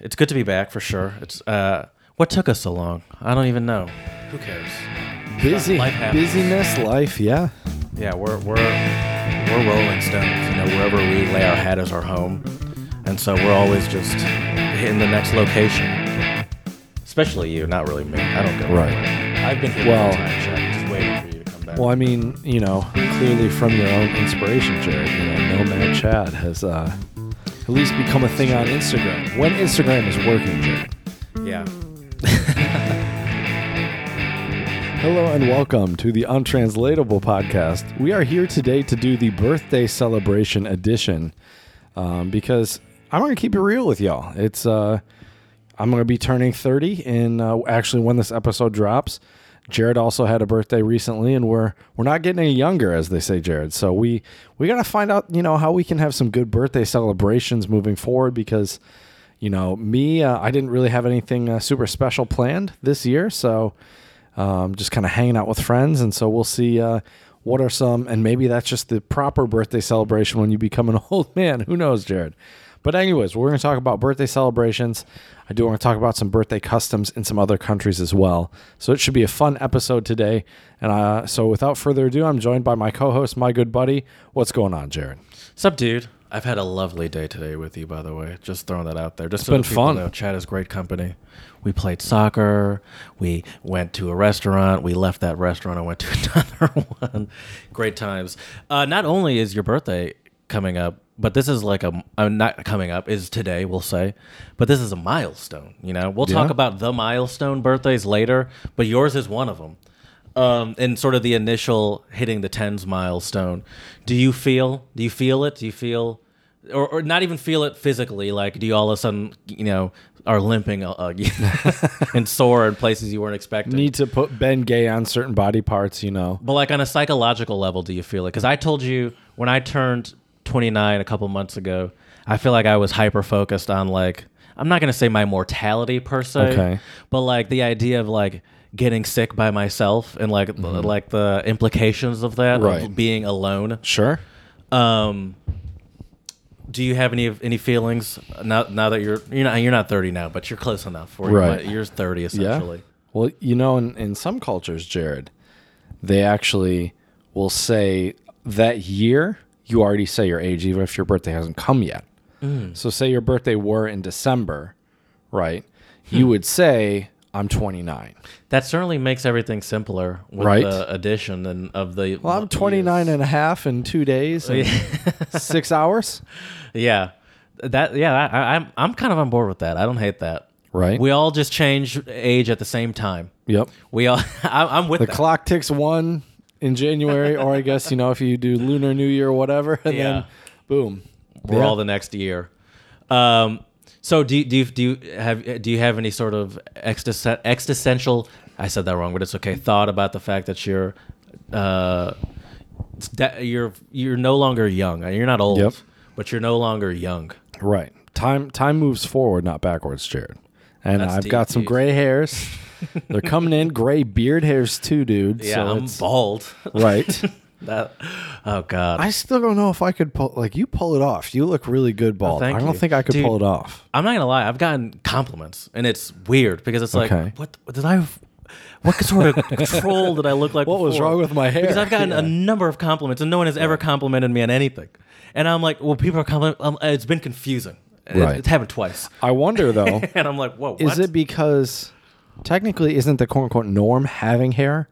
It's good to be back for sure. It's uh, what took us so long? I don't even know. Who cares? Busy, Life happens. busyness, life. Yeah, Yeah, we're we're we're Rolling Stones. You know, wherever we lay our hat is our home, and so we're always just hitting the next location. Especially you, not really me. I don't go Right. anywhere. I've been here Well- the whole time, Chad, just waiting for you to come back. Well, I mean, you know, clearly from your own inspiration, Jared, you know, Nomad Chad has uh, at least become a thing on Instagram. When Instagram is working, Jared. yeah. Hello and welcome to the Untranslatable Podcast. We are here today to do the birthday celebration edition um, because I'm going to keep it real with y'all. It's, uh, I'm going to be turning 30 in uh, actually when this episode drops. Jared also had a birthday recently, and we're we're not getting any younger, as they say, Jared. So we we got to find out, you know, how we can have some good birthday celebrations moving forward because, you know, me, uh, I didn't really have anything uh, super special planned this year, so um, just kind of hanging out with friends, and so we'll see uh, what are some, and maybe that's just the proper birthday celebration when you become an old man. Who knows, Jared? But anyways, we're going to talk about birthday celebrations. I do want to talk about some birthday customs in some other countries as well. So it should be a fun episode today. And uh, so without further ado, I'm joined by my co-host, my good buddy. What's going on, Jared? Sup, dude? I've had a lovely day today with you, by the way. Just throwing that out there. Just so been that people fun. Know, Chad is great company. We played soccer. We went to a restaurant. We left that restaurant and went to another one. Great times. Uh, not only is your birthday coming up, but this is like a uh, not coming up is today. We'll say, but this is a milestone. You know, we'll talk Yeah. about the milestone birthdays later, but yours is one of them. Um, and sort of the initial hitting the tens milestone. Do you feel? Do you feel it? Do you feel, or, or not even feel it physically? Like, do you all of a sudden, you know, are limping uh, uh, and sore in places you weren't expecting? Need to put Ben Gay on certain body parts, you know. But like on a psychological level, do you feel it? Because I told you when I turned 29 a couple months ago, I feel like I was hyper focused on like I'm not gonna say my mortality per se, Okay. but like the idea of like getting sick by myself and like the, like the implications of that, of Mm-hmm. Right. being alone. Sure. Um, do you have any any feelings now? Now that you're you're not you're not 30 now, but you're close enough. Where Right. you are 30 essentially. Well, you know, in, in some cultures, Jared, they actually will say that year you already say your age, even if your birthday hasn't come yet. So, say your birthday were in December, right? You would say, I'm 29. That certainly makes everything simpler with Right. the addition and of the. Well, I'm 29 and a half in two days and six hours, Yeah, that yeah, I, I- I'm I'm kind of on board with that. I don't hate that. right? We all just change age at the same time. yep. We all I, I'm with The that. clock ticks one in January, or I guess, you know, if you do Lunar New Year or whatever, and Yeah. then boom. We're Yeah. all the next year. Um, so do you- do you, do you have do you have any sort of existen- existential? I said that wrong, but it's okay. Thought about the fact that you're, uh, it's that you're you're no longer young. Uh, You're not old, Yep. but you're no longer young. Right. Time time moves forward, not backwards, Jared. And That's I've deep, got some dude. gray hairs. They're coming in gray beard hairs too, dude. Yeah, so I'm it's- bald. right. that, oh God, I still don't know if I could pull like you pull it off. You look really good bald. thank I don't you. think I could Dude. pull it off. I'm not gonna lie, I've gotten compliments, and it's weird because it's like, Okay. what, what did I? What sort of troll did I look like? What was before? wrong with my hair? Because I've gotten a number of compliments, and no one has ever complimented me on anything. And I'm like, well, people are complimenting. Um, it's been confusing. It- Right. it's happened twice, I wonder though, and I'm like, whoa, what? is it because technically isn't the quote unquote norm having hair?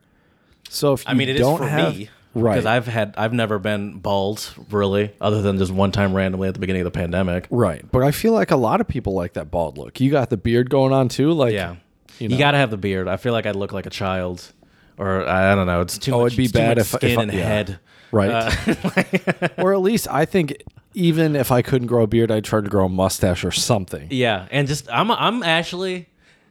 So if you I mean, it is don't for have me. right, Because I've had, I've never been bald really, other than just one time randomly at the beginning of the pandemic. right. But I feel like a lot of people like that bald look. You got the beard going on too, like Yeah. You, You know. gotta have the beard. I feel like I'd look like a child, or I I don't know. It's too. Oh, much, it'd be it's too bad much if- if skin I- and yeah. head. Uh, Right. or at least I think even if I couldn't grow a beard, I'd try to grow a mustache or something. Yeah, and just I'm I'm actually.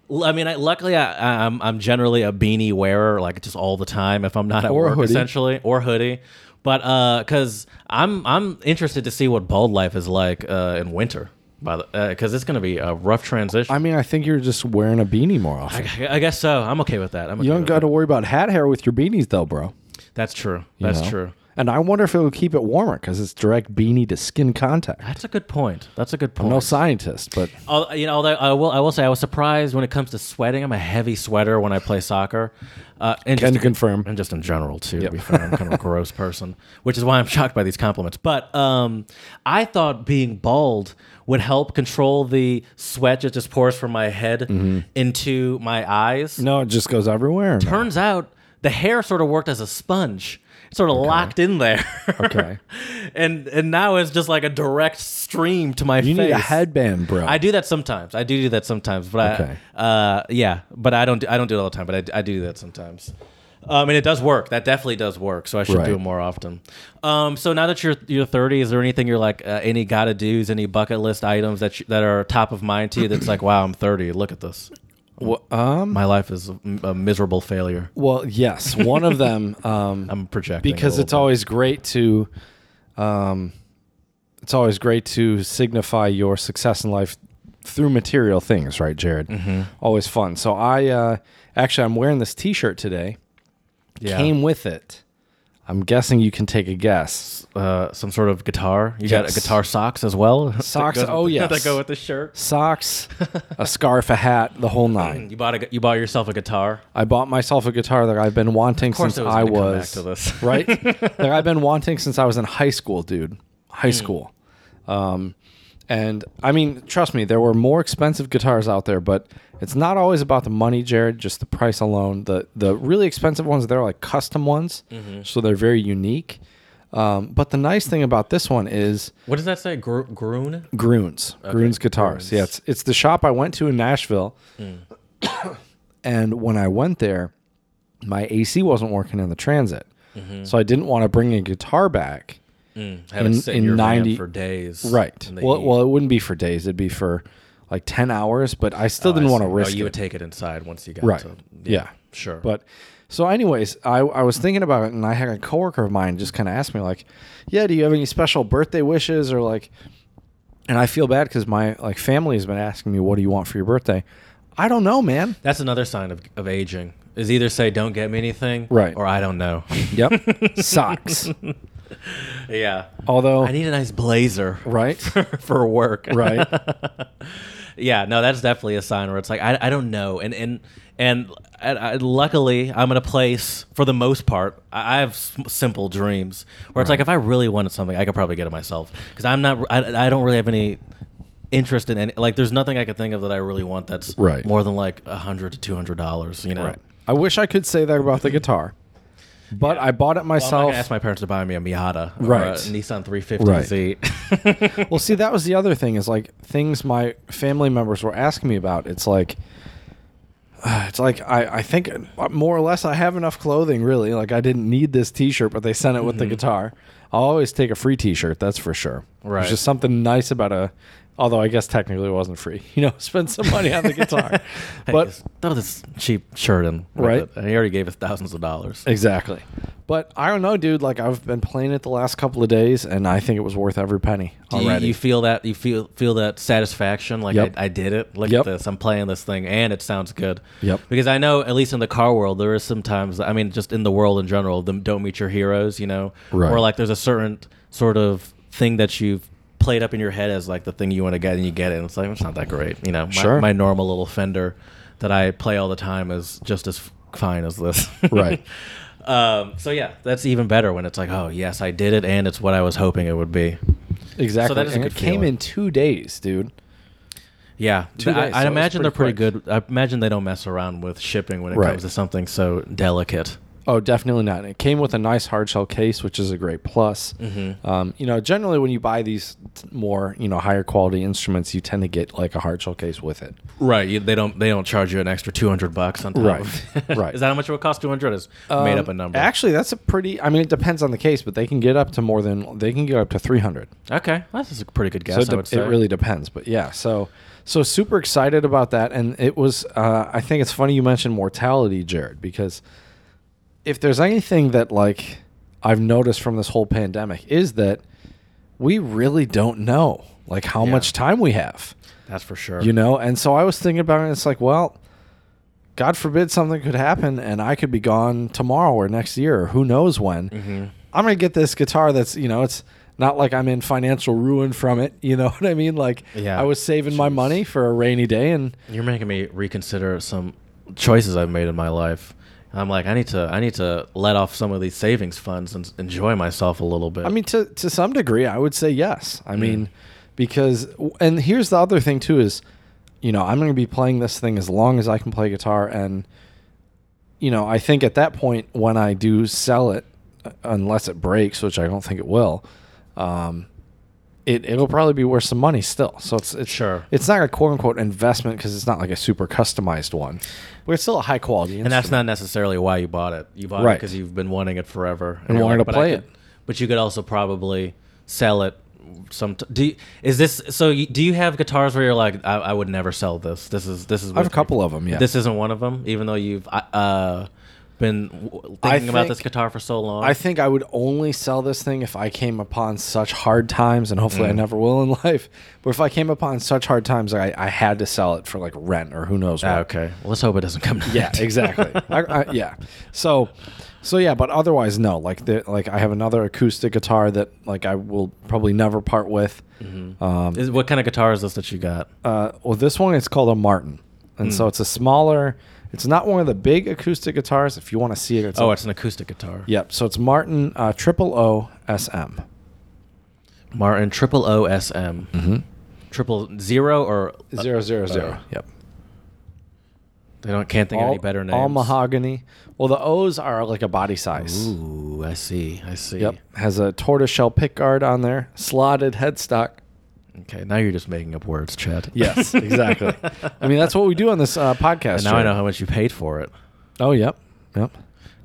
l- I mean, I, luckily, I, I'm I'm generally a beanie wearer, like just all the time. If I'm not at Or a work, hoodie. essentially, or hoodie. But uh, cause I'm I'm interested to see what bald life is like uh in winter. By the, uh, cause it's gonna be a rough transition. I mean, I think you're just wearing a beanie more I, often. I guess so. I'm okay with that. I'm okay You don't with got to worry about hat hair with your beanies, though, bro. that. That's true. That's know? true. And I wonder if it would keep it warmer because it's direct beanie to skin contact. That's a good point. That's a good point. I'm no scientist, but Al- you know, although I will, I will say I was surprised when it comes to sweating. I'm a heavy sweater when I play soccer. Uh, and Can just, confirm. and just in general too. To be fair, I'm kind of a gross person, which is why I'm shocked by these compliments. But um, I thought being bald would help control the sweat that just pours from my head into my eyes. Mm-hmm. no, it just goes everywhere. man. Turns out the hair sort of worked as a sponge. It sort of locked in there. Okay. and and now it's just like a direct stream to my You face. need a headband, bro. I do that sometimes. I do do that sometimes, but Okay. I, uh, yeah, but I don't. Do, I don't do it all the time, but I, d- I do do that sometimes. Um, and it does work. That definitely does work. So I should Right. do it more often. Um, so now that you're you're 30, is there anything you're like uh, any gotta do's, any bucket list items that you, that are top of mind to you? That's like, wow, I'm 30. Look at this. Well, um, My life is a, a miserable failure. well, yes, one of them. Um, I'm projecting a because little it's bit. always great to um, it's always great to signify your success in life through material things right jared Mm-hmm. always fun so i uh, actually i'm wearing this t-shirt today yeah. came with it i'm guessing you can take a guess uh, some sort of guitar. You got Yes. guitar socks as well. That Socks, goes with- oh, yes. that go with the shirt. socks a scarf a hat the whole nine You bought a, gu- you bought yourself a guitar. i bought myself a guitar that i've been wanting course since it was i gonna come back was to this. right that i've been wanting since i was in high school dude high school Um, and I mean, trust me, there were more expensive guitars out there, but it's not always about the money, Jared. Just the price alone. The the really expensive ones, they're like custom ones, so they're very unique. Um, but the nice thing about this one is What does that say? Gr- groon? Groons, Groons Guitars. Yeah, it's it's the shop I went to in Nashville, Hmm. and when I went there, my AC wasn't working in the transit, Mm-hmm. so I didn't want to bring a guitar back. Have In- it sit in in your 90 van for days. Right. in the Well, heat. well, it wouldn't be for days. It'd be for like 10 hours, but I still didn't I want to see. risk Oh, you it. would take it inside once you got right. to. yeah. Sure. But so, anyways, I, I was thinking about it and I had a coworker of mine just kind of ask me, like, yeah, do you have any special birthday wishes or like, and I feel bad because my like family has been asking me, what do you want for your birthday? I don't know, man. that's another sign of, of aging. Is either say don't get me anything, Right. or I don't know. Yep. Socks. yeah. Although, I need a nice blazer. Oh. Right. For, for work. right. yeah. No, that's definitely a sign where it's like I, I don't know, and and and I, I- luckily I'm in a place for the most part I, I have s- simple dreams where it's like if I really wanted something I could probably get it myself because I'm not I, I don't really have any interest in any like there's nothing I could think of that I really want that's Right. more than like a hundred to two hundred dollars you know. Right. I wish I could say that about the guitar, but I bought Well, it I'm not myself. gonna ask my parents to buy me a Miata, Or a Right. Nissan 350Z. Well, see, that was the other thing is like things my family members were asking me about. It's like, uh, it's like I, I think uh, more or less I have enough clothing really. Like I didn't need this T-shirt, but they sent it with Mm-hmm. the guitar. I'll always take a free T-shirt, that's for sure. Right. There's just something nice about a. Although I guess technically it wasn't free. You know, spend some money on the guitar, but but throw this cheap shirt in, with Right. it. And he already gave us thousands of dollars. Exactly. But I don't know, dude. Like I've been playing it the last couple of days, and I think it was worth every penny Do you, already. you feel that you feel feel that satisfaction like Yep. I, I did it look Yep. at this i'm playing this thing and it sounds good Yep. because i know at least in the car world there is sometimes i mean just in the world in general the don't meet your heroes you know Right. or like there's a certain sort of thing that you've played up in your head as like the thing you want to get and you get it and it's like it's not that great you know my, Sure. my normal little fender that i play all the time is just as fine as this Right. um, so yeah that's even better when it's like oh yes i did it and it's what i was hoping it would be exactly. So that is a And good it came feeling. in two days, dude. Yeah, Two th- days, so I, I it was imagine they're pretty pretty good. I imagine they don't mess around with shipping when it Right. comes to something so delicate. Oh, definitely not. And it came with a nice hard shell case, which is a great plus. Mm-hmm. Um, you know, generally when you buy these t- more, you know, higher quality instruments, you tend to get like a hard shell case with it. Right, you, they don't. They don't charge you an extra two hundred bucks on top. Right, of right. Is that how much it would cost? Two hundred is made up a Um, number. Actually, that's a pretty. I mean, it depends on the case, but they can get up to more than they can get up to three hundred. okay, that's a pretty good guess. so I it, de- would say. it really depends but yeah so so super excited about that and it was uh, i think it's funny you mentioned mortality jared because if there's anything that like i've noticed from this whole pandemic is that we really don't know like how Yeah. much time we have That's for sure. you know and so i was thinking about it and it's like well Mm-hmm. god forbid something could happen and i could be gone tomorrow or next year or who knows when I'm gonna get this guitar that's you know it's not like I'm in financial ruin from it. You know what I mean? Like Yeah. I was saving my money for a rainy day, and You're making me reconsider some choices I've made in my life. I'm like, I need to, I need to let off some of these savings funds and s- enjoy myself a little bit. I mean, to to some degree, I would say yes. I mean, because and here's the other thing too is, you know, I'm going to be playing this thing as long as I can play guitar, and you know, I think at that point when I do sell it, uh, unless it breaks, which I don't think it will, um, it it'll probably be worth some money still. So it's, it's Sure. it's not a quote unquote investment because it's not like a super customized one, but it's still a high quality. and that's not necessarily why you bought it. You bought it Right. because you've been wanting it forever And you're wanted to "But I play could-" it. But you could also probably sell it. Some do you, is this so? You, do you have guitars where you're like, I, I would never sell this. This is this is. I have a with me." couple of them. Yeah, This isn't one of them, even though you've uh, been w- thinking about think- this guitar for so long. I think I would only sell this thing if I came upon such hard times, and hopefully Mm. I never will in life. But if I came upon such hard times, I, I had to sell it for like rent or who knows what. Ah, okay. Well, let's hope it doesn't come. To Yeah, that. exactly. I, I, yeah. So, so yeah. But otherwise, no. Like, the, like I have another acoustic guitar that like I will probably never part with. Mm-hmm. Um, Is, what kind of guitar is this that you got? uh, well, this one is called a Martin, and Mm. so it's a smaller. It's not one of the big acoustic guitars. If you want to see it, it's oh, a, it's an acoustic guitar. yep. So it's Martin uh, Triple O S M. Martin Triple O S M. Triple zero or Mm-hmm. Zero zero zero. uh, yep. They don't can't think of any better names. all mahogany. Well, the O's are like a body size. Ooh, I see. I see. Yep. Has a tortoiseshell pickguard on there, slotted headstock. Okay, now you're just making up words, Chad. Yes, exactly. I mean, that's what we do on this uh, podcast. And now I Jared. know how much you paid for it. Oh, yep. Yep.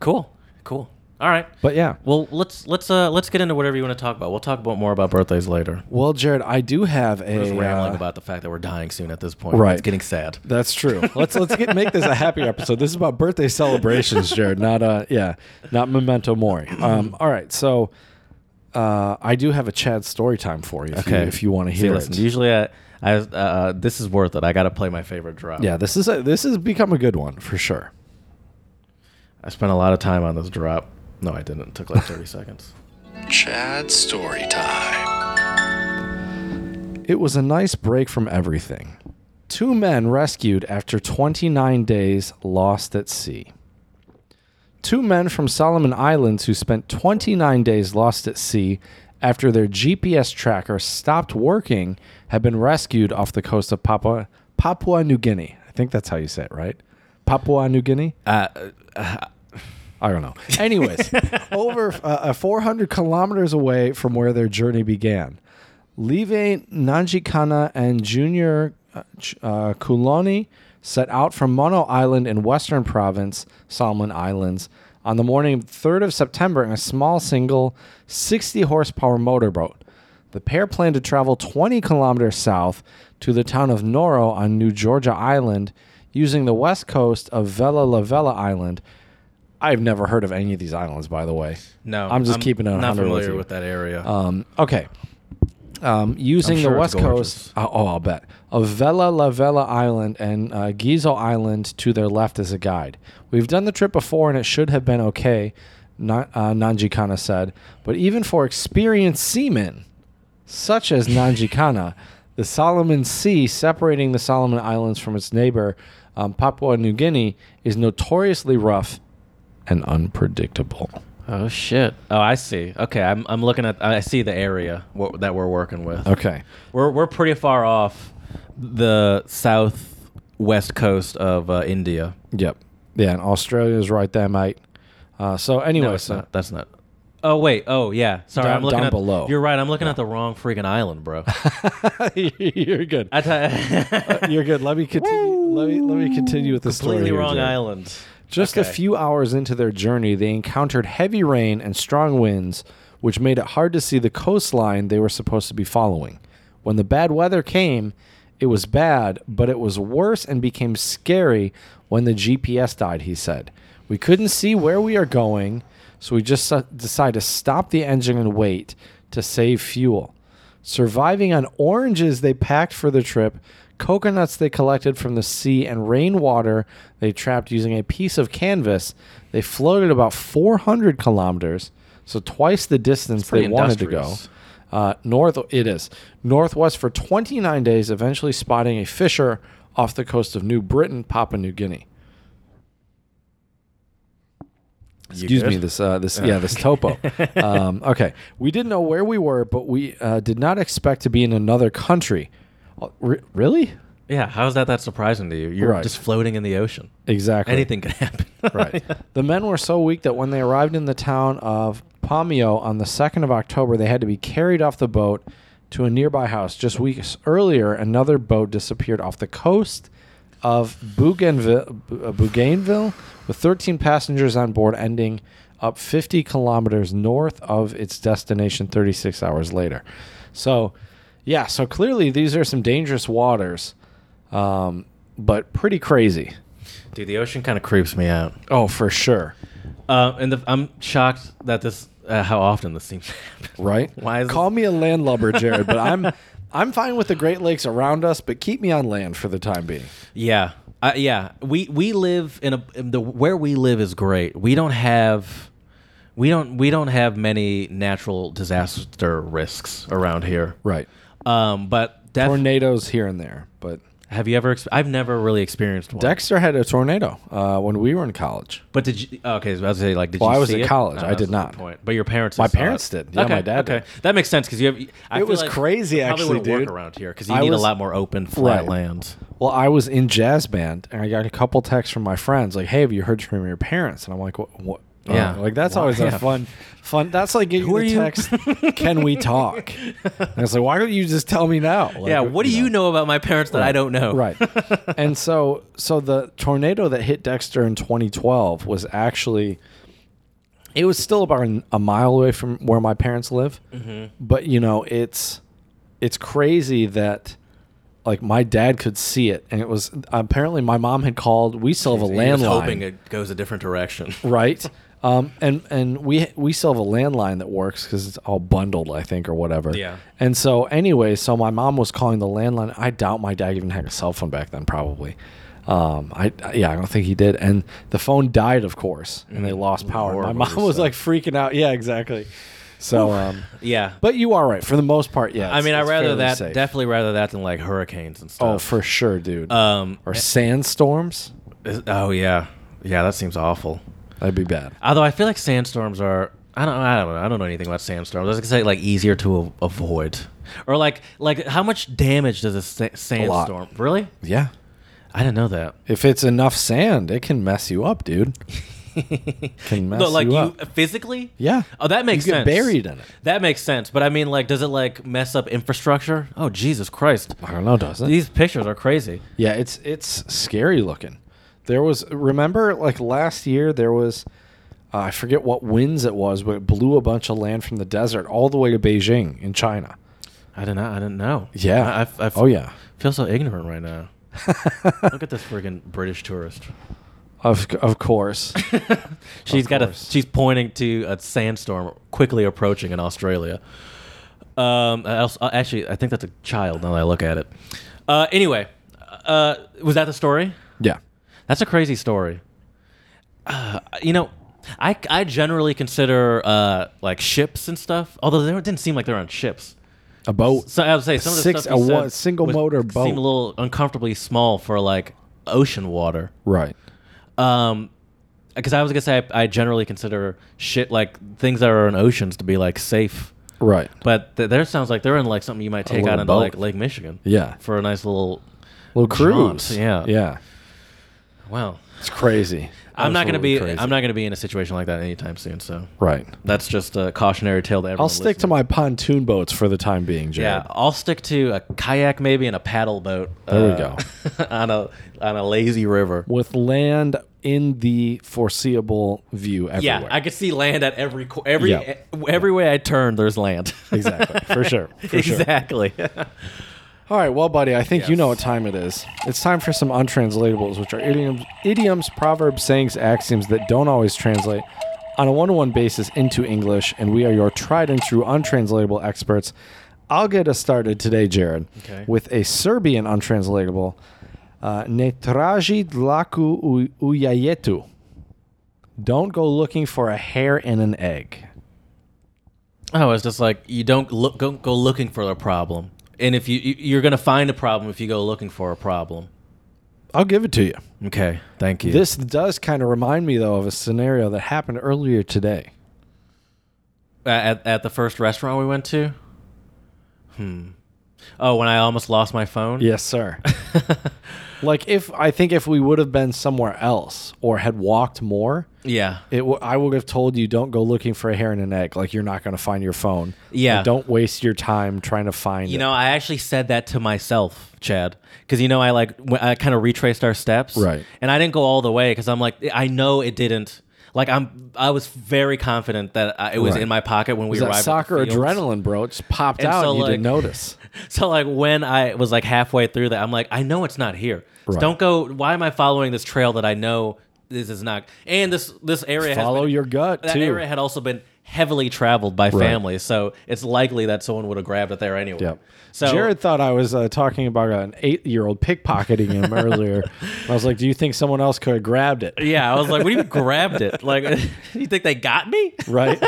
Cool. Cool. All right. But yeah. Well, let's let's uh let's get into whatever you want to talk about. We'll talk about more about birthdays later. Well, Jared, I do have a We're just rambling uh, about the fact that we're dying soon at this point. Right. It's getting sad. That's true. Let's let's get make this a happier episode. This is about birthday celebrations, Jared. Not uh yeah, not memento mori. Um, all right, so uh, I do have a Chad story time for you. If you, if you want to See, hear listen, it. Usually, I, I uh, this is worth it. I got to play my favorite drop. Yeah, this is a, this has become a good one for sure. I spent a lot of time on this drop. No, I didn't. It took like 30 seconds. Chad story time. It was a nice break from everything. Two men rescued after 29 days lost at sea. Two men from Solomon Islands who spent 29 days lost at sea after their GPS tracker stopped working have been rescued off the coast of Papua Papua New Guinea. I think that's how you say it, right? Papua New Guinea? I don't know. Anyways, over uh, 400 kilometers away from where their journey began, Leve Nanjikana and Junior uh, Ch- uh, Kuloni set out from Mono Island in Western Province, Solomon Islands, on the morning of 3rd of September in a small single 60 horsepower motorboat. The pair planned to travel 20 kilometers south to the town of Noro on New Georgia Island using the west coast of Vela La Vela Island. I've never heard of any of these islands, by the way. No, I'm just keeping it not 100 with familiar you. with, that area. Um, okay. Um, using sure the it's west gorgeous. coast, oh, oh, I'll bet, of Vela La Vela Island and uh, Gizo Island to their left as a guide. We've done the trip before and it should have been okay, Na- uh, Nanjikana said. But even for experienced seamen, such as Nanjikana, the Solomon Sea separating the Solomon Islands from its neighbor, um, Papua New Guinea, is notoriously rough and unpredictable. oh shit. Oh, I see. Okay, I'm I'm looking at. I see the area what, that we're working with. Okay. We're we're pretty far off the southwest coast of uh, India. Yep. Yeah, and Australia's right there, mate. Uh, so anyway, No, it's so not. That's not. Oh wait. Oh yeah. Sorry, Down- I'm looking down at below. You're right. I'm looking at the wrong freaking island, bro. you're good. I t- You're good. Let me continue. let me let me continue with the story. completely here, wrong Jared. island. Just a Okay. few hours into their journey, they encountered heavy rain and strong winds, which made it hard to see the coastline they were supposed to be following. When the bad weather came, it was bad, but it was worse and became scary when the GPS died, he said. We couldn't see where we are going, so we just uh, decided to stop the engine and wait to save fuel. Surviving on oranges they packed for the trip, coconuts they collected from the sea, and rainwater they trapped using a piece of canvas, they floated about 400 kilometers So twice the distance they pretty wanted to go. industrious. Uh, north it is northwest for 29 days, eventually spotting a fissure off the coast of New Britain, Papua New Guinea. Excuse me, good? this uh, this yeah this topo. Um, okay, we didn't know where we were, but we uh, did not expect to be in another country. Uh, re- really? Yeah, how is that that surprising to you? You're Right. just floating in the ocean. Exactly. Anything could happen. Right. The men were so weak that when they arrived in the town of Pomio on the 2nd of October, they had to be carried off the boat to a nearby house. Just weeks earlier, another boat disappeared off the coast of Bougainville, uh, Bougainville with 13 passengers on board, ending up 50 kilometers north of its destination 36 hours later. So, yeah, so clearly these are some dangerous waters, um, but pretty crazy. Dude, the ocean kind of creeps me out. Oh, for sure. Uh, and the, I'm shocked that this, uh, how often this seems to happen. right? Why is Call this- me a landlubber, Jared, but I'm I'm fine with the Great Lakes around us, but keep me on land for the time being. Yeah, uh, yeah. We we live in a in the where we live is great. We don't have. We don't we don't have many natural disaster risks around here. Right. Um, but def- Tornadoes here and there, but have you ever? Exp- I've never really experienced one. Dexter had a tornado uh, when we were in college. But did you? Okay, so I was gonna say like did Well, you? I was see at it? Oh, college. I that's did a good not. Point. But your parents. My saw parents it. did. Yeah, okay, my dad Okay, did. that makes sense because you have. I It feel was like crazy, it Probably actually, would work dude. around here because you I need was- a lot more open flat Right. lands. Well, I was in jazz band, and I got a couple texts from my friends like, "Hey, have you heard from your parents?" And I'm like, "What?" what? uh, Yeah. like that's Why- always yeah. a fun, fun. That's like getting Who the are you? text, "Can we talk?" And it's like, "Why don't you just tell me now?" Like, yeah. What do you know about my parents that I don't know? Right. and so so the tornado that hit Dexter in 2012 was actually it was still about an- a mile away from where my parents live. Mm-hmm. But you know, it's it's crazy that like my dad could see it and it was apparently my mom had called we still have a You're just hoping landline it goes a different direction. right um, and and we we still have a landline that works because it's all bundled i think or whatever Yeah. and so anyway so my mom was calling the landline i doubt my dad even had a cell phone back then probably um, I yeah, I don't think he did, and the phone died, of course, and they lost power. My Mm. Horrible mom was stuff. like freaking out. Yeah, exactly. So, um, Yeah. but you are right for the most part. Yeah, I it's- mean, I it's rather fairly that safe. definitely rather that than like hurricanes and Oh, stuff. for sure, dude. Um. or sandstorms, is- Oh yeah. Yeah. That seems awful. that'd be bad. Although I feel like sandstorms are. I don't, I don't know. I don't know anything about sandstorms. I was gonna say like easier to a- avoid, or like like how much damage does a sa- lot. sandstorm really? Yeah, I didn't know that. If it's enough sand, it can mess you up, dude. can mess No, like you, you, up. physically? Yeah. Oh, that makes you sense. get buried in it. That makes sense. But I mean, like, does it like mess up infrastructure? Oh, Jesus Christ! I don't know, does it? These pictures are crazy. yeah, it's it's scary looking. There was remember like last year there was uh, I forget what winds it was, but it blew a bunch of land from the desert all the way to Beijing in China. I didn't. I didn't know. Yeah. I, I, I f- oh yeah. Feel so ignorant right now. Look at this friggin' British tourist. Of of course. She's got a. course. She's pointing to a sandstorm quickly approaching in Australia. Um, I also- uh, actually, I think that's a child. Now that I look at it. Uh, anyway, uh, was that the story? yeah. That's a crazy story. Uh, you know, I, I generally consider uh, like ships and stuff, although they didn't seem like they're on ships. A boat. So I would say some of the Six- stuff a you said one- single was- motor seemed boat. a little uncomfortably small for like ocean water. right. Um, because I was gonna say I, I generally consider shit like things that are in oceans to be like safe, Right. but th- there sounds like they're in like something you might take out little into boat. like Lake Michigan. Yeah. for a nice little Little jaunt. cruise. Yeah, Yeah. Wow, It's crazy. I'm not gonna be Absolutely crazy. I'm not gonna be in a situation like that anytime soon. So Right. that's just a cautionary tale to everyone. I'll stick to listening. my pontoon boats for the time being, Jared. yeah. I'll stick to a kayak maybe and a paddle boat. There we go on a on a lazy river. with land in the foreseeable view everywhere. Yeah, I could see land at every co- every Yeah. every way I turn. There's land. exactly for sure. For sure. exactly. All right, well, buddy, I think you know what time it is. It's time for some untranslatables, which are idioms, idioms, proverbs, sayings, axioms that don't always translate on a one-to-one basis into English, and we are your tried and true untranslatable experts. I'll get us started today, Jared, Okay. with a Serbian untranslatable. Uh, ne traži dlaku u, u jajetu. Don't go looking for a hair in an egg. Oh, it's just like you don't look go, go looking for a problem, and if you you- you're gonna find a problem if you go looking for a problem. I'll give it to you. Okay, thank you. This does kind of remind me though of a scenario that happened earlier today. at, at the first restaurant we went to. Hmm. Oh, when I almost lost my phone. Yes, sir. like if I think if we would have been somewhere else or had walked more, Yeah. it w- I would have told you don't go looking for a hair and an egg. Like you're not going to find your phone. Yeah. And don't waste your time trying to find. You it. know, I actually said that to myself, Chad, because you know I like w- I kind of retraced our steps, Right. And I didn't go all the way because I'm like I know it didn't. Like I'm, I was very confident that I, it was Right. in my pocket when we It was arrived. that at the soccer fields. adrenaline, bro, it just popped And out so, and you like- didn't notice. So like when I was like halfway through that, I'm like, I know it's not here. So Right. don't go. Why am I following this trail that I know this is not? And this this area has Follow been- your gut That too. area had also been heavily traveled by families, so it's likely that someone would have grabbed it there anyway. Yep. So Jared thought I was uh, talking about an eight-year-old pickpocketing him earlier. I was like, "Do you think someone else could have grabbed it?" Yeah, I was like, "What do you mean grabbed it? Like, you think they got me?" Right?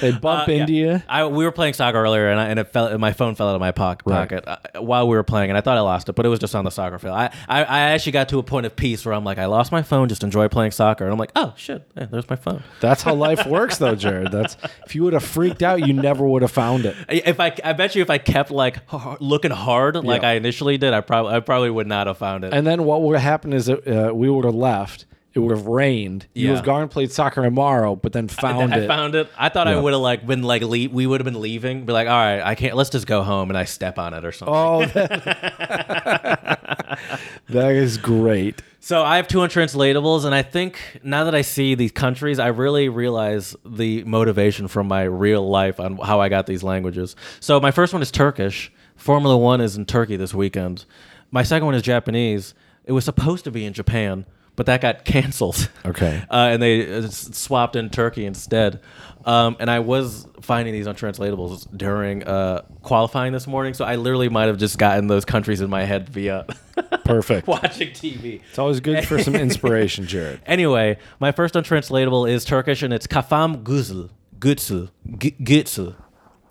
they bump Uh, Yeah. into you. I, we were playing soccer earlier, and, I, and it fell. and My phone fell out of my poc- pocket uh, while we were playing, and I thought I lost it, but it was just on the soccer field. I, I, I actually got to a point of peace where I'm like, I lost my phone. Just enjoy playing soccer, and I'm like, oh shit, yeah, there's my phone. That's how life works, though, Jared. That's if you would have freaked out, you never would have found it. I- If I, I bet you, if I kept like h- looking hard like Yeah. I initially did, I probably, I probably would not have found it. And then what would happen is that, uh, we would have left. It would have rained. You Yeah. would have gone and played soccer tomorrow, but then found I it. found it. I thought I would have like been like le- we would have been leaving, be like, all right, I can't. Let's just go home, and I step on it or something. oh, that, that is great. So I have two untranslatables, and I think now that I see these countries, I really realize the motivation from my real life on how I got these languages. So my first one is Turkish. Formula One is in Turkey this weekend. My second one is Japanese. It was supposed to be in Japan, but that got canceled. Okay. uh, and they uh, s- swapped in Turkey instead. Um, and I was finding these untranslatables during uh, qualifying this morning, so I literally might have just gotten those countries in my head via Perfect. watching TV. It's always good for some inspiration, Jared. Anyway, my first untranslatable is Turkish, and it's kafam güzel, güzel, Gü- güzel.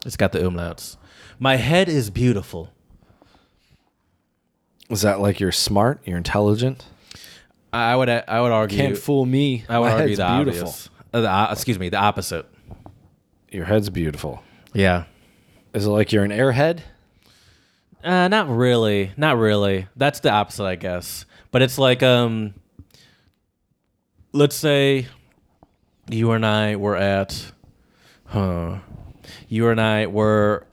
It's got the umlauts. My head is beautiful. Is that like you're smart? You're intelligent? I would I would argue Can't fool me. I would My argue head's the beautiful. obvious. Uh, the, uh, excuse me, the opposite. Your head's beautiful. Yeah. Is it like you're an airhead? Uh, not really, not really. That's the opposite, I guess. But it's like um, let's say you and I were at, huh? You and I were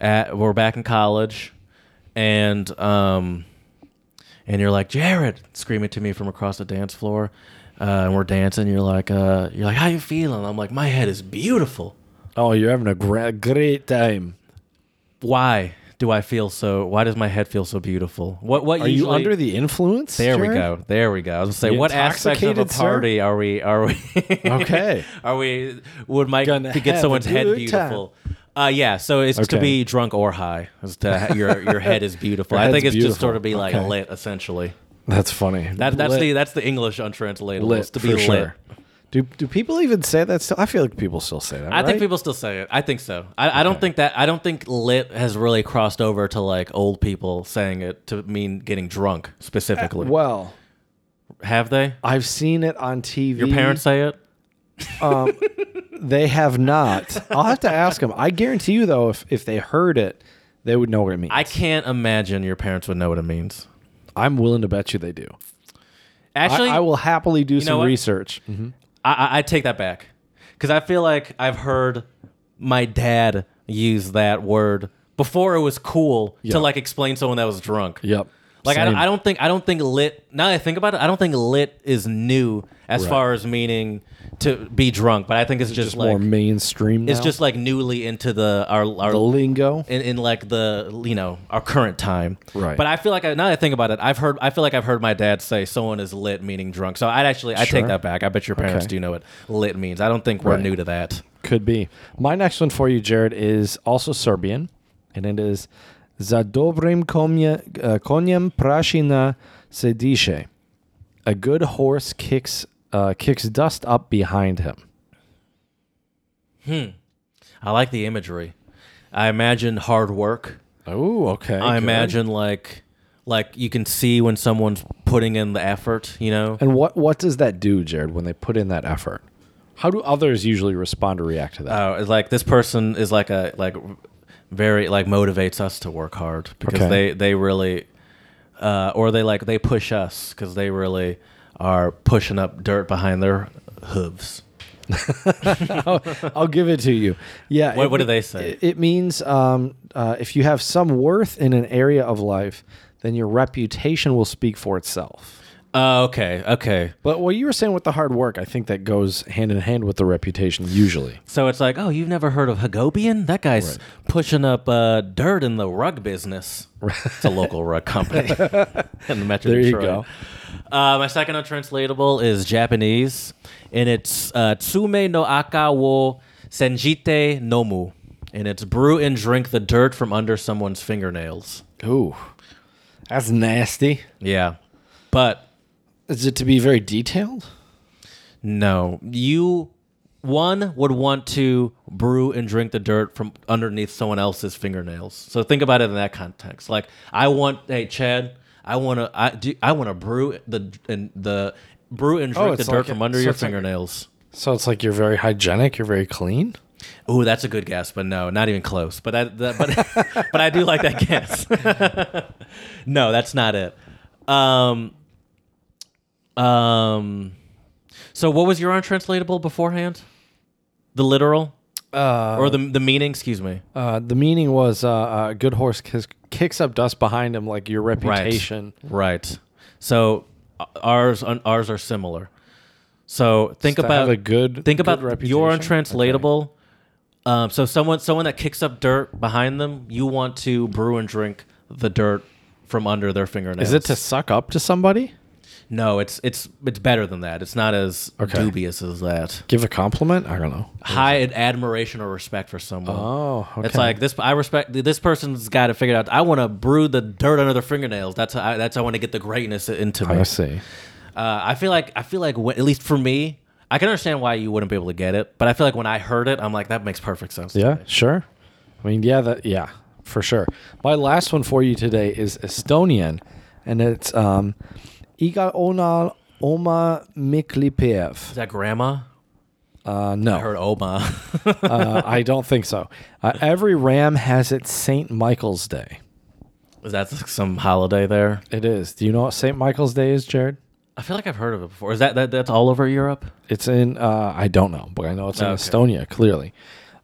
at we're back in college, and um, and you're like Jared screaming to me from across the dance floor, uh, and we're dancing. You're like uh, you're like how you feeling? I'm like my head is beautiful. Oh, you're having a gra- great time. Why do I feel so? Why does my head feel so beautiful? What what Are you under the influence? There we Jared? go. There we go. I was gonna say, You what aspects of a intoxicated, sir? party are we? Are we? Okay. Are we? Would Mike Gonna to get have someone's a head good beautiful? Uh, yeah. So it's to Okay. be drunk or high. Is to ha- your your head is beautiful. Your I think head's it's just beautiful. sort of be like Okay. lit, essentially. That's funny. That that's Lit- the that's the English untranslatable. lit It's to be for lit. sure. Do do people even say that still? I feel like people still say that. I think right? people still say it. I think so. I, I don't think that I don't think lit has really crossed over to like old people saying it to mean getting drunk specifically. Well, Have they? I've seen it on TV. Your parents say it? They have not. I'll have to ask them. I guarantee you, though, if if they heard it, they would know what it means. I can't imagine your parents would know what it means. I'm willing to bet you they do. Actually, I, I, I will happily do know some what? research. I, I take that back because I feel like I've heard my dad use that word before it was cool Yeah. to like explain someone that was drunk. Yep. Like I don't, Same. I don't think I don't think lit. Now that I think about it, I don't think lit is new as Right. far as meaning to be drunk, but I think it's, just, It's like more mainstream. it's now. just like newly into the our our the lingo. in, in like the you know our current time. Right. But I feel like I, now that I think about it, I've heard I feel like I've heard my dad say someone is lit meaning drunk. So I'd actually I Sure. take that back. I bet your parents Okay. do know what lit means. I don't think we're Right. new to that. Could be. My next one for you, Jared, is also Serbian, and it is Za dobrim konje- uh, konjem prašina se diše. A good horse kicks uh, kicks dust up behind him. I like the imagery. I imagine hard work. Oh, okay. I good. imagine like like you can see when someone's putting in the effort, you know. And what what does that do, Jared, when they put in that effort? How do others usually respond or react to that? Uh, it's like this person is like a like very like motivates us to work hard because Okay. they they really uh, or they like they push us because they really are pushing up dirt behind their hooves. I'll give it to you. Yeah. What- it- what do they say? It, it means um, uh, if you have some worth in an area of life, then your reputation will speak for itself. Uh, okay, okay. But what you were saying with the hard work, I think that goes hand in hand with the reputation usually. So it's like, oh, you've never heard of Hagopian? That guy's pushing up uh, dirt in the rug business. it's a local rug company in the Metro There you Detroit. go. Uh, my second untranslatable is Japanese, and it's uh, Tsume no aka wo senjite nomu, and it's brew and drink the dirt from under someone's fingernails. Ooh, that's nasty. Yeah, but Is it to be very detailed? No, you one would want to brew and drink the dirt from underneath someone else's fingernails. So think about it in that context. Like I want, hey Chad, I want to, I do, I want to brew the and the brew and drink the Oh, it's dirt like from a- under so your it's like- fingernails. So it's like you're very hygienic, you're very clean. Ooh, that's a good guess, but no, not even close. But I, that, but but I do like that guess. no, that's not it. Um, um, so what was your untranslatable beforehand? The literal uh, or the the meaning? Excuse me. Uh, the meaning was uh, uh, a good horse kiss, kicks up dust behind him, like your reputation. Right. So uh, ours un- ours are similar. So think to about have a good- think good about reputation? your untranslatable. Um, so someone someone that kicks up dirt behind them, you want to brew and drink the dirt from under their fingernails. Is it to suck up to somebody? no? It's it's it's better than that. It's not as Okay. dubious as that. Give a compliment? I don't know. High admiration or respect for someone. Oh, okay. It's like this. I respect this person's got it figured out. I want to brew the dirt under their fingernails. That's how I, that's how I want to get the greatness into me. I see. Uh, I feel like I feel like when, at least for me, I can understand why you wouldn't be able to get it, but I feel like when I heard it, I'm like that makes perfect sense. to Yeah, me. sure. I mean, yeah, that yeah, for sure. My last one for you today is Estonian, and it's um, Iga Onal Oma is Miklipiev. that grandma? Uh, no, I heard Oma. uh, I don't think so. Uh, every ram has its Saint Michael's Day. is that some holiday there? It is. Do you know what Saint Michael's Day is, Jared? I feel like I've heard of it before. Is that, that that's all over Europe? It's in. Uh, I don't know, but I know it's in Okay. Estonia. Clearly.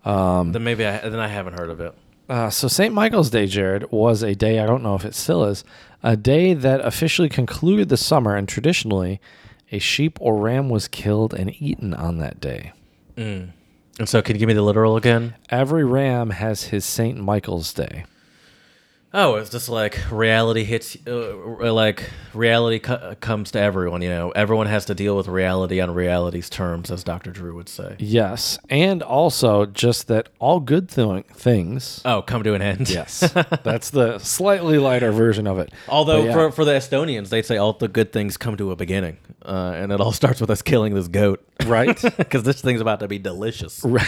Um, then maybe I then I haven't heard of it. Uh, so St. Michael's Day, Jared, was a day, I don't know if it still is, a day that officially concluded the summer, and traditionally, a sheep or ram was killed and eaten on that day. And so, can you give me the literal again? Every ram has his St. Michael's Day. Oh, it's just like reality hits, uh, r- like reality co- uh, comes to everyone. You know, everyone has to deal with reality on reality's terms, as Doctor Drew would say. Yes. And also, just that all good th- things. Oh, come to an end. Yes. That's the slightly lighter version of it. Although But yeah. for, for the Estonians, they say all the good things come to a beginning, uh, and it all starts with us killing this goat Right? because this thing's about to be delicious. yeah.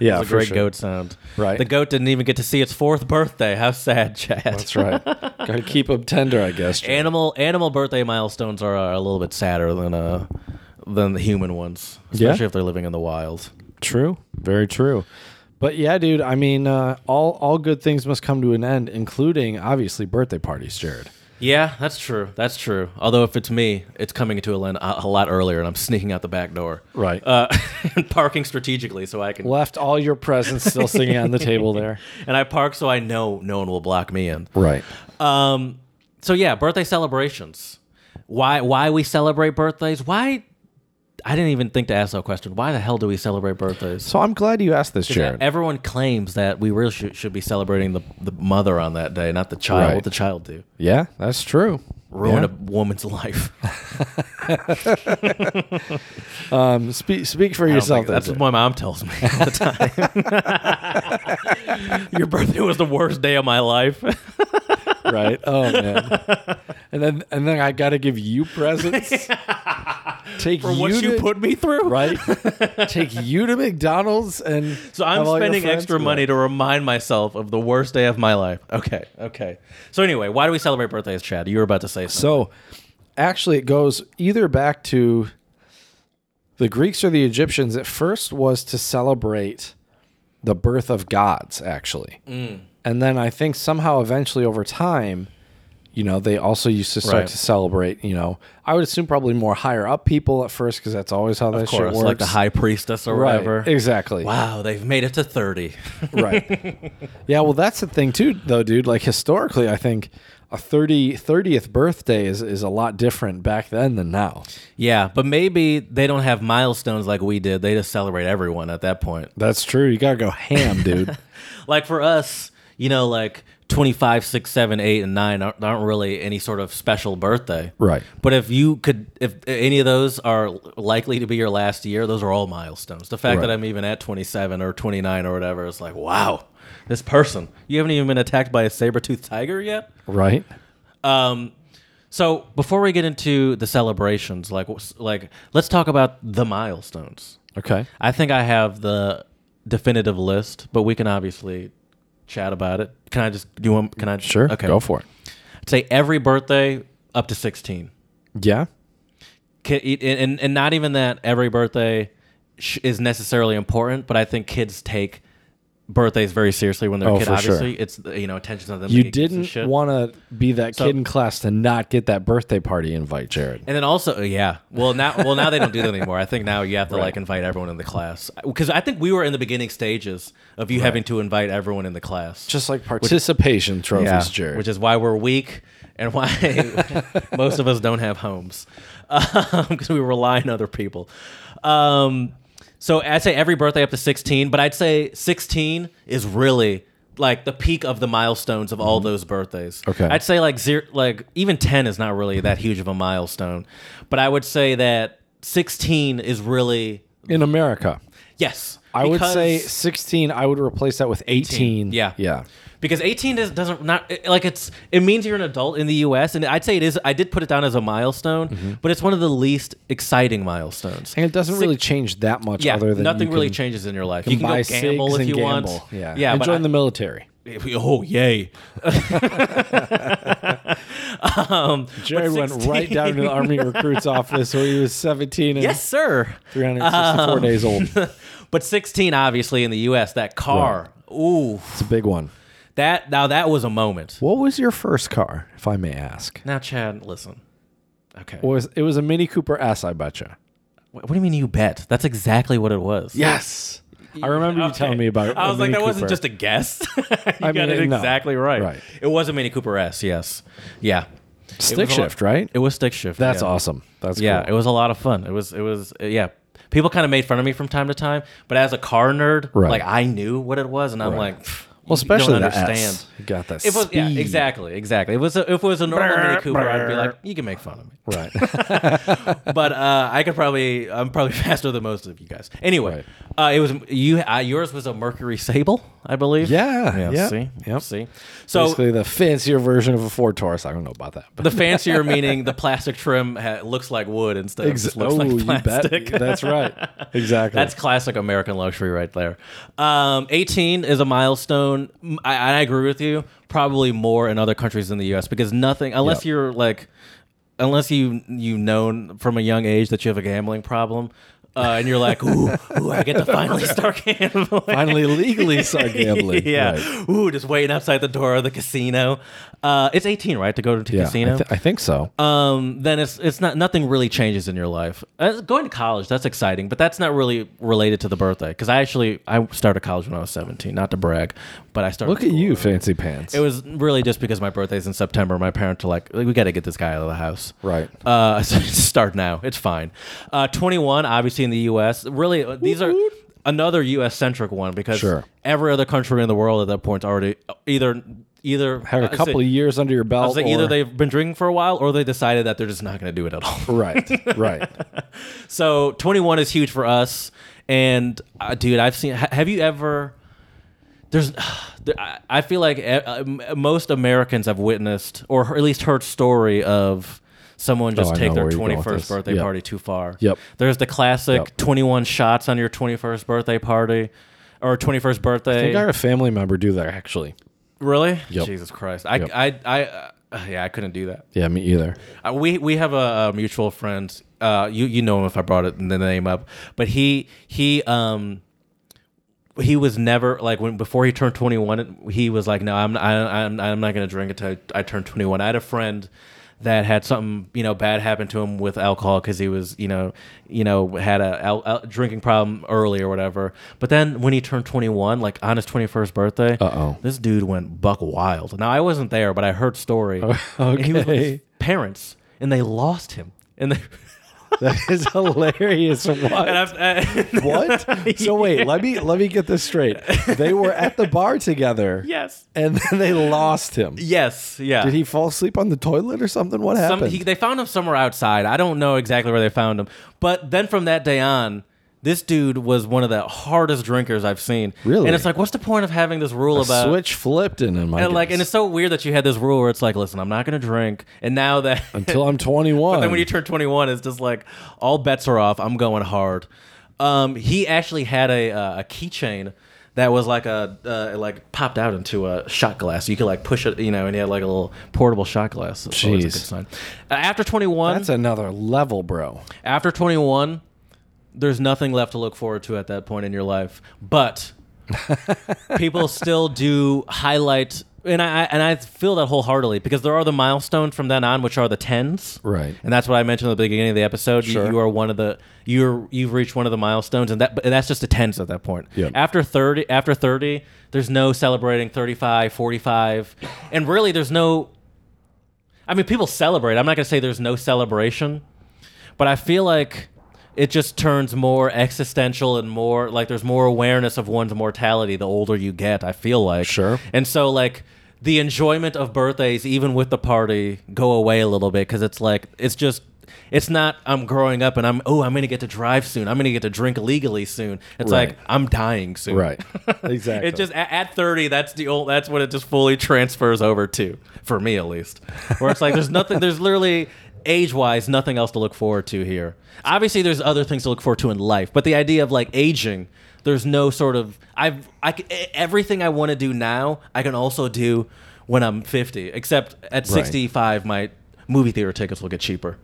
It's a for great sure. goat sound. Right. The goat didn't even get to see its fourth birthday. How sad, Chad. That's right. Gotta keep 'em tender, I guess. Jared. Animal animal birthday milestones are, uh, a little bit sadder than uh than the human ones, Yeah? especially if they're living in the wild. True. Very true. But yeah, dude, I mean, uh, all all good things must come to an end, including obviously birthday parties, Jared. Yeah, that's true. That's true. Although if it's me, it's coming to a, a, a lot earlier, and I'm sneaking out the back door, Right. Uh, and parking strategically so I can Left all your presents still sitting on the table there. and I park so I know no one will block me in. Right. Um, so yeah, birthday celebrations. Why why we celebrate birthdays? Why I didn't even think to ask that question. Why the hell do we celebrate birthdays? So I'm glad you asked this, Jared. Everyone claims that we really should, should be celebrating the, the mother on that day, not the child. Right. What the child do? yeah, that's true. Ruin Yeah. a woman's life. Um, speak speak for I don't yourself. think- that's there, what my mom tells me all the time. Your birthday was the worst day of my life. Jared. right. Oh man. and then and then I got to give you presents. Take for what you you to- put me through. right? Take you to McDonald's and So I'm have all your spending friends extra go. money to remind myself of the worst day of my life. Okay, okay. So anyway, why do we celebrate birthdays, Chad? You were about to say something. So actually, it goes either back to the Greeks or the Egyptians. It first was to celebrate the birth of gods, actually. Mm. And then I think somehow eventually over time, you know, they also used to start Right. to celebrate, you know, I would assume probably more higher up people at first because that's always how that of course, shit works. like the high priestess or right, whatever. Exactly. Wow, they've made it to thirty. right yeah well that's the thing too though dude like historically i think a 30 30th birthday is, is a lot different back then than now yeah, but maybe they don't have milestones like we did. They just celebrate everyone at that point. that's true you gotta go ham dude Like for us, you know, like 25, 6, 7, 8, and 9 aren't, aren't really any sort of special birthday. Right. But if you could, if any of those are likely to be your last year, those are all milestones. The fact Right. that I'm even at 27 or 29 or whatever is like, wow, this person. You haven't even been attacked by a saber toothed tiger yet? right Um, so before we get into the celebrations, like, what's- like let's talk about the milestones. okay I think I have the definitive list, but we can obviously chat about it. Can I just do one? Can I? sure go for it I'd say every birthday up to sixteen, yeah Ki- it- and and- and not even that every birthday sh- is necessarily important, but I think kids take birthdays very seriously when they're Oh, a kid. for sure. Obviously, it's you know attention's on them. you it gets and didn't shit. want to be that So- kid in class to not get that birthday party invite jared And then also, uh, yeah. Well, now, well, now they don't do that anymore. I think now you have to like invite everyone in the class because I think we were in the beginning stages of you having to invite everyone in the class. just like participation trophies jared Which is why we're weak and why most of us don't have homes because we rely on other people. Um, so I'd say every birthday up to 16, but I'd say 16 is really like the peak of the milestones of all those birthdays. Mm-hmm. Okay. I'd say like zero, like even 10 is not really that huge of a milestone, but I would say that 16 is really in america yes. i would because- say 16 i would replace that with 18 Yeah. yeah because 18 is, doesn't not it- like it's it means you're an adult in the US and I'd say it is I did put it down as a milestone Mm-hmm. but it's one of the least exciting milestones and it doesn't Six- really change that much yeah other than nothing you really can- changes in your life can you can buy go gamble cigs if and you want gamble. Yeah, yeah and but join I- the military. oh yay um but Jared went 16 right down to the Army recruits office where he was 17 and yes Uh, sir 364 days old. It's but 16 obviously in the US that car ooh a big one. that now that was a moment What was your first car, if I may ask? now Chad listen okay What was it was a Mini Cooper S? I betcha. Wh- What do you mean you bet? That's exactly what it was. Yes, I remember you telling me about. I a was like, Mini that wasn't Cooper. just a guess. you I got mean, it no. exactly right. Right. It was a Mini Cooper S. Yes. Yeah. It was a stick lot- shift, right? It was stick shift. That's yeah. awesome. That's Yeah. cool. It was a lot of fun. It was. It was. uh, yeah. People kind of made fun of me from time to time, but as a car nerd, Right. like I knew what it was, and I'm like, "Pff, you well, especially don't the understand. S. You got that It was yeah, speed. exactly, exactly. It was a, if it was a normal Mini Cooper, I'd be like, you can make fun of me. Right. but uh, I could probably I'm probably faster than most of you guys. Anyway, uh, it was you. Uh, yours was a Mercury Sable, I believe. Yeah, yep, See. yep. See. So Basically, the fancier version of a Ford Taurus. I don't know about that, but the fancier meaning, the plastic trim ha- looks like wood instead. of Ex- just looks like plastic. Oh, That's right. Exactly. That's classic American luxury right there. Um, 18 is a milestone. M- I, I agree with you. Probably more in other countries than the U.S. because nothing, unless Yep. you're like, unless you you known from a young age that you have a gambling problem, uh, and you're like, ooh, ooh, I get to finally start gambling. finally legally start gambling. yeah. Right. Ooh, just waiting outside the door of the casino. Uh, it's 18, right, to go to Yeah, casino. I, th- I think so. um, then it's it's not nothing really changes in your life. Uh, going to college that's exciting, but that's not really related to the birthday because I actually I started college when I was seventeen. Not to brag, but I started. Look at you, fancy pants. It was really just because my birthday's in September. My parents are like, "We got to get this guy out of the house." Right. Uh, so start now. It's fine. Uh, Twenty-one, obviously in the U.S. Really, uh, these are another U.S. centric one because Sure. every other country in the world at that point already uh, either either Had a I'd say- couple of years under your I belt. was like, or- either they've been drinking for a while or they decided that they're just not going to do it at all. Right, right. So 21 is huge for us. And uh, dude, I've seen. ha- Have you ever? There's. there- I- I e, feel like uh, um, most Americans have witnessed or at least heard story of someone just Oh, I take know their where you're going with 21st this. birthday Yep. party too far. Yep. There's the classic Yep. 21 shots on your 21st birthday party or 21st birthday. I think I had a family member do that actually. really? Yep. Jesus Christ. I, Yep. I, I, uh, yeah, I couldn't do that. Yeah, me either. Uh, we we have a, a mutual friend. Uh, you you know him if I brought it the name up, but he he um he was never like when before he turned 21 he was like no i'm I, i'm i'm not going to drink until I, I turn 21 i had a friend that had something you know bad happen to him with alcohol cuz he was you know you know had a al- al- drinking problem early or whatever but then when he turned 21 like on his 21st birthday Uh-oh. this dude went buck wild now i wasn't there but i heard story and he was with his okay. parents and they lost him and they That is hilarious. What? and I've, uh, what? So wait, let me let me get this straight. They were at the bar together. yes And then they lost him. yes yeah Did he fall asleep on the toilet or something? What happened? Some, he, they found him somewhere outside. I don't know exactly where they found him. But then from that day on, this dude was one of the hardest drinkers I've seen. Really? And it's like, what's the point of having this rule about Switch flipped in him. I And like, guess. and it's so weird that you had this rule where it's like, listen, I'm not gonna drink. And now that, until I'm 21. but then when you turn 21, it's just like all bets are off. I'm going hard. Um, he actually had a uh, a keychain that was like a uh, it, like popped out into a shot glass. You could like push it, you know, and he had like a little portable shot glass. That's always a Jeez. good sign. Uh, after 21, That's another level, bro. after 21 there's nothing left to look forward to at that point in your life but people still do highlight and I and I feel that wholeheartedly because there are the milestones from then on, which are the tens, Right. And that's what I mentioned at the beginning of the episode. You- Sure. You, are one of the you're you've reached one of the milestones, and that but that's just the tens at that point. Yeah. After thirty, after thirty, there's no celebrating 35, 45, and really there's no. I mean, people celebrate. I'm not gonna say there's no celebration, but I feel like it just turns more existential and more like there's more awareness of one's mortality the older you get. I feel like Sure. and so like the enjoyment of birthdays, even with the party, go away a little bit because it's like it's just it's not I'm growing up and I'm oh I'm gonna get to drive soon. I'm gonna get to drink legally soon. It's Right. like I'm dying soon. Right. Exactly. It just at, at 30 that's the old that's what it just fully transfers over to for me at least. Where it's like there's nothing there's literally age-wise nothing else to look forward to here. Obviously there's other things to look forward to in life, but the idea of like aging there's no sort of I've I c- e- everything I want to do now I can also do when I'm 50 except at 65 my movie theater tickets will get cheaper.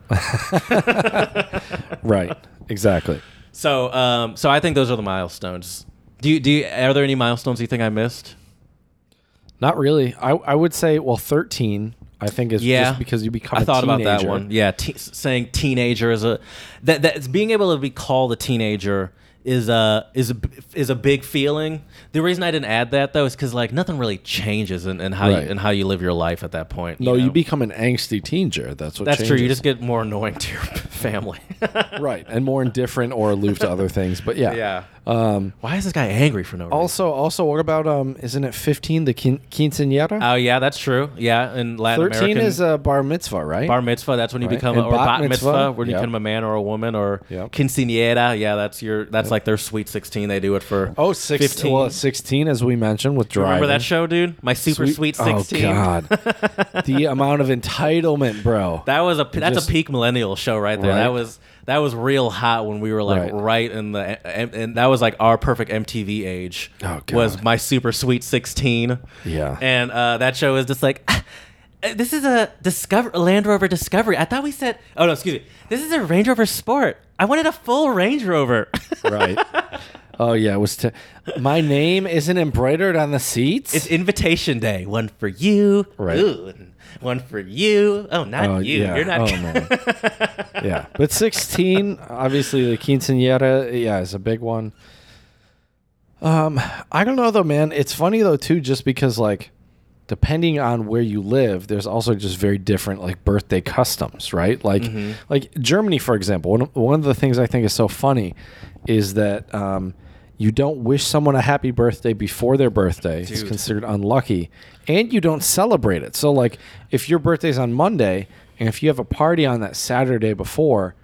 right. Exactly. so um so I think those are the milestones. Do you, do you, are there any milestones you think I missed? Not really. I, I would say, well, 13, I think, is Yeah, just because you become I a thought about that teenager. one. Yeah, te- saying teenager is a that that's being able to be called a teenager is a is a b- is a big feeling. The reason I didn't add that though is because like nothing really changes in, in how Right. you, in how you live your life at that point. No, you know? become an angsty teenager. That's what that's true. You changes. just get more annoying to your family. right. And more indifferent or aloof to other things. But yeah. Um, yeah. Why is this guy angry for no reason? Also, also, what about, um? isn't it 15, the quin- quinceanera? oh yeah, that's true. Yeah, in Latin 13 American is a bar mitzvah, right? bar mitzvah. That's when you Right. become And or bat, bat mitzvah, mitzvah, when you yep. become a man or a woman or Yep. quinceanera. Yeah, that's your that's like their sweet sixteen. They do it for oh, six, 15. well, 16, as we mentioned, with driving. Remember that show, dude? My super sweet, sixteen. Oh, God. the amount of entitlement, bro. That was a p- that's Just- a peak millennial show right there. Right. That was that was real hot when we were like Right. right, in the and, and that was like our perfect MTV age. Oh, God. Was my super sweet sixteen. Yeah. and uh, that show is just like. "Ah, This is a Discover Land Rover Discovery. I thought we said. Oh no, excuse me. This is a Range Rover Sport. I wanted a full Range Rover. right. Oh yeah, it was. T- My name isn't embroidered on the seats. it's Invitation Day. One for you. Right. Ooh, and one for you. Oh, not oh you. You're not. Oh, man. yeah, but sixteen, obviously the quinceanera, yeah, is a big one. Um, I don't know though, man. It's funny though too, just because like, depending on where you live, there's also just very different like birthday customs, right? Like, Mm-hmm. like Germany, for example. One of, one of the things I think is so funny is that um, you don't wish someone a happy birthday before their birthday. It's Dude. considered unlucky, and you don't celebrate it. So like, if your birthday's on Monday, and if you have a party on that Saturday before.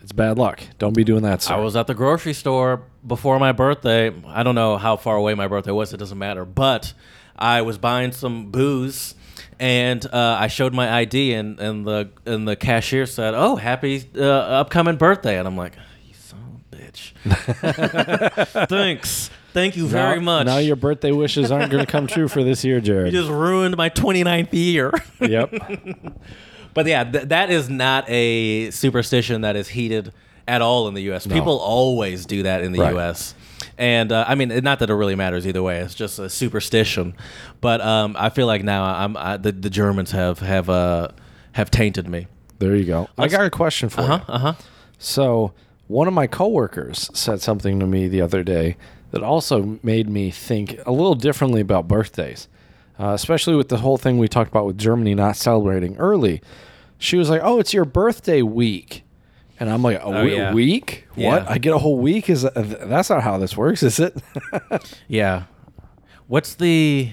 It's bad luck. Don't be doing that. Sir. I was at the grocery store before my birthday. I don't know how far away my birthday was, it doesn't matter. But I was buying some booze and uh, I showed my ID, and, and the and the cashier said, "Oh, happy uh, upcoming birthday!" And I'm like, "You son of a bitch." Thanks, thank you very now, much. Now your birthday wishes aren't going to come true for this year, Jared. you just ruined my 29th year. yep. But yeah, th- that is not a superstition that is heated at all in the U.S. People always do that in the Right. U.S. And uh, I mean, it- not that it really matters either way. It's just a superstition. But um, I feel like now I'm I, the, the Germans have have uh, have tainted me. There you go. I got a question for you. Uh huh. So, one of my coworkers said something to me the other day that also made me think a little differently about birthdays, uh, especially with the whole thing we talked about with Germany not celebrating early. She was like, "Oh, it's your birthday week," and I'm like, "A we- Oh, yeah. week? What? Yeah. I get a whole week? Is that, that's not how this works, is it?" Yeah. What's the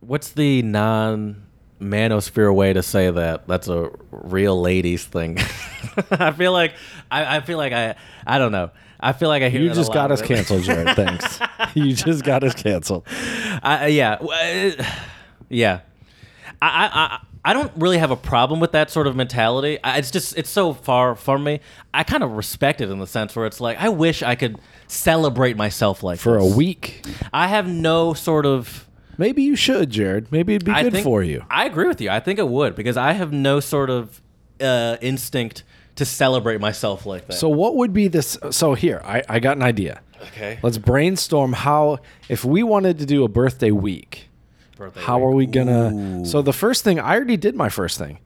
what's the non manosphere way to say that? That's a real ladies thing. I feel like I, I feel like I I don't know. I feel like I hear you that a just lot, got us but- canceled, Jared. Thanks. you just got us canceled. I, I- yeah, W- uh, yeah. I, I- I I don't really have a problem with that sort of mentality. I, it's just it's so far from me. I kind of respect it in the sense where it's like I wish I could celebrate myself like For a this. week. I have no sort of Maybe you should, Jared. Maybe it'd be I good think- for you. I agree with you. I think it would because I have no sort of uh, instinct to celebrate myself like that. So what would be this? So here, I, I got an idea. okay, Let's brainstorm how if we wanted to do a birthday week, Birthday how week. are we gonna? So the first thing I already did my first thing.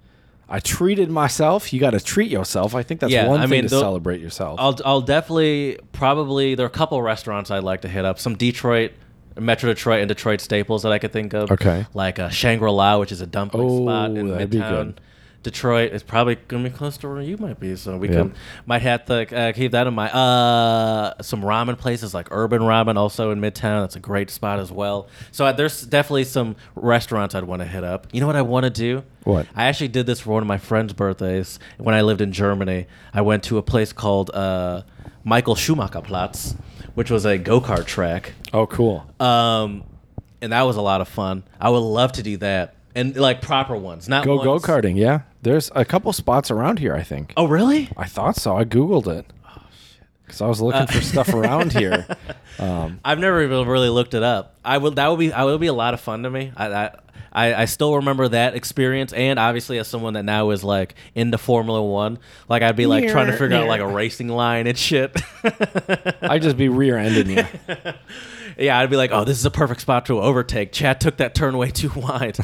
I treated myself. You got to treat yourself. I think that's Yeah, one I thing mean, to tho- celebrate yourself. I'll I'll definitely probably there are a couple restaurants I'd like to hit up. Some Detroit, Metro Detroit, and Detroit staples that I could think of. Okay. like uh, Shangri La, which is a dumpling Oh, spot in that'd be Midtown. good. Detroit It's probably gonna be close to where you might be, so we Yeah. can might have to uh, keep that in mind. Uh, some ramen places like Urban Ramen, also in Midtown, that's a great spot as well. So uh, there's definitely some restaurants I'd want to hit up. You know what I want to do? What? I actually did this for one of my friends' birthdays when I lived in Germany. I went to a place called uh, Michael Schumacher Platz, which was a go kart track. oh, cool. Um, and that was a lot of fun. I would love to do that. And like proper ones, not Go go ones- karting. Yeah, there's a couple spots around here. I think. Oh, really? I thought so. I googled it because I was looking Uh, for stuff around here. Um, I've never even really looked it up. I would that would be I would be a lot of fun to me. I, I I I still remember that experience, and obviously as someone that now is like into Formula One, like I'd be like trying to figure out like a racing line and shit. I'd just be rear-ending you. Yeah, I'd be like, oh, this is a perfect spot to overtake. Chad took that turn way too wide.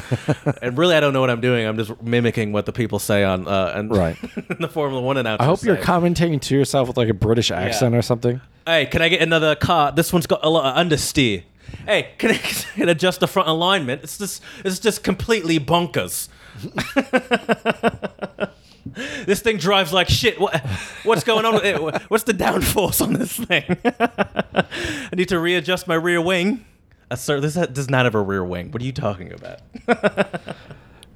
and really, I don't know what I'm doing. I'm just mimicking what the people say on uh, and Right. the Formula One announcer. I hope you're say. commentating to yourself with like a British accent or something. Hey, can I get another car? This one's got a lot of understeer. Hey, can I can I adjust the front alignment? It's just it's just completely bonkers. this thing drives like shit. What what's going on with it? What's the downforce on this thing? I need to readjust my rear wing. Uh, sir, this ha- does not have a rear wing. What are you talking about?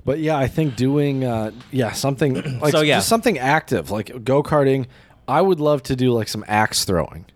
But yeah, I think doing uh, yeah something like So, yeah. just something active like go karting. I would love to do like some axe throwing.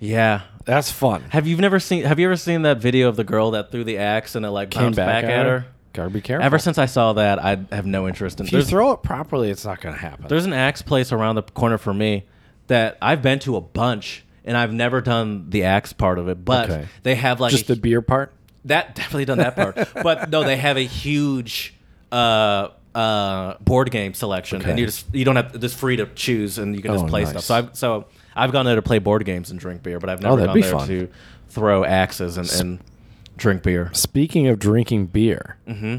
Yeah. That's fun. Have you never seen Have you ever seen that video of the girl that threw the axe and it like bounced back, at her? Gotta be careful. Ever since I saw that, I have no interest in. if you there's- throw it properly, it's not gonna happen. There's an axe place around the corner for me that I've been to a bunch, and I've never done the axe part of it. But Okay. they have like just a- the beer part. that definitely done that part. but no, they have a huge uh, uh, board game selection, and Okay. you just you don't have just free to choose, and you can just Oh, play nice. stuff. So I've so I've gone there to play board games and drink beer, but I've never Oh, that'd gone be there fun. to throw axes and, and drink beer. Speaking of drinking beer, Mm-hmm.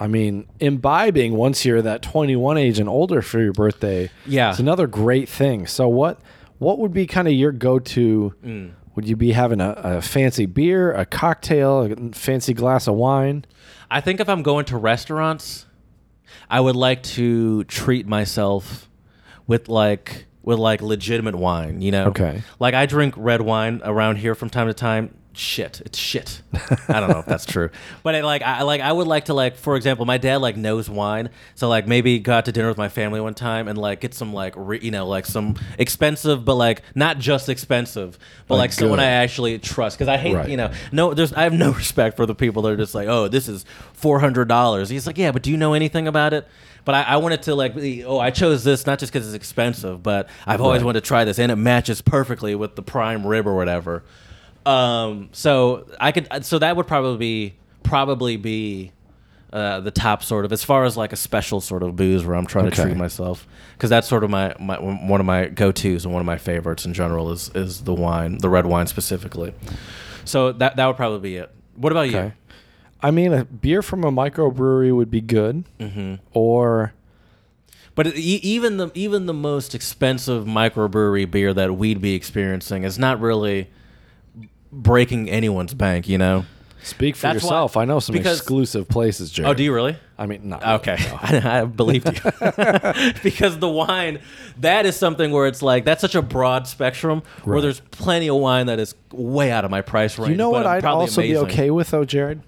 I mean imbibing once you're that 21 age and older for your birthday. Yeah. it's another great thing. So what what would be kind of your go to? Mm. Would you be having a, a fancy beer, a cocktail, a fancy glass of wine? I think if I'm going to restaurants, I would like to treat myself with like with like legitimate wine, you know. Okay. Like I drink red wine around here from time to time shit. It's shit. I don't know if that's true, but it, like I like I would like to like for example, my dad like knows wine, so like maybe got to dinner with my family one time and like get some like re, you know like some expensive but like not just expensive, but like, Like someone good. I actually trust because I hate Right. you know no there's I have no respect for the people that are just like oh this is four hundred dollars. He's like yeah, but do you know anything about it? But I, I wanted to like be, oh I chose this not just because it's expensive, but I've always Right. wanted to try this and it matches perfectly with the prime rib or whatever. Um, so I could, so that would probably be probably be uh, the top sort of as far as like a special sort of booze where I'm trying Okay. to treat myself because that's sort of my, my one of my go tos and one of my favorites in general is is the wine, the red wine specifically. So that that would probably be it. What about Okay. I mean, a beer from a microbrewery would be good, Mm-hmm. or you? But e- even the even the most expensive microbrewery beer that we'd be experiencing is not really breaking anyone's bank, you know. speak for That's why- yourself. I know some because- exclusive places, Jared. Oh, do you really? I mean, not Okay, I, I believed you because the wine that is something where it's like that's such a broad spectrum where Right. there's plenty of wine that is way out of my price range. You know but what I'd probably also amazing. be okay with though, Jared,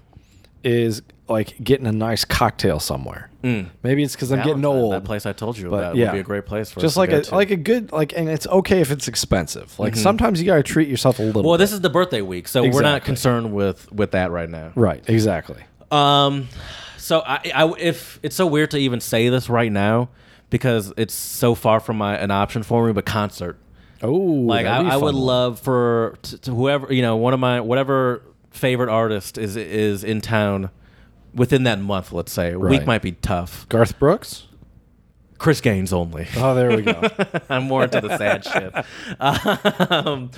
is like getting a nice cocktail somewhere. Mm. Maybe it's because I'm getting Valentine, old. That place I told you but about yeah. would be a great place for us just to like go a to. Mm-hmm. like a good like, and it's okay if it's expensive. Like sometimes you gotta treat yourself a little. well, bit. this is the birthday week, so we're not Exactly. concerned with with that right now. right, exactly. Um, so I, I if it's so weird to even say this right now because it's so far from my an option for me, but concert. Oh, like I, that'd be I a would fun one. love for to, to whoever you know one of my whatever favorite artist is is in town within that month let's say Right. week might be tough Garth Brooks. chris gaines only Oh, there we go. i'm more into the sad shit um,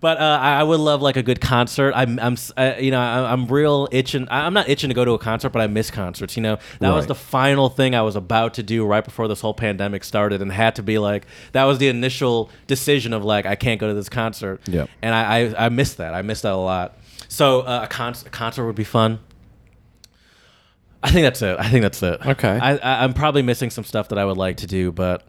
but uh, i I would love like a good concert i'm, I'm s- uh, you know I, i'm real itching I- i'm not itching to go to a concert but i miss concerts you know that was Right. the final thing i was about to do right before this whole pandemic started and had to be like that was the initial decision of like i can't go to this concert Yep. and I, I I missed that. I missed that a lot. So uh, a, con- a concert would be fun. I think that's it. I think that's it. Okay. I, I I'm probably missing some stuff that I would like to do, but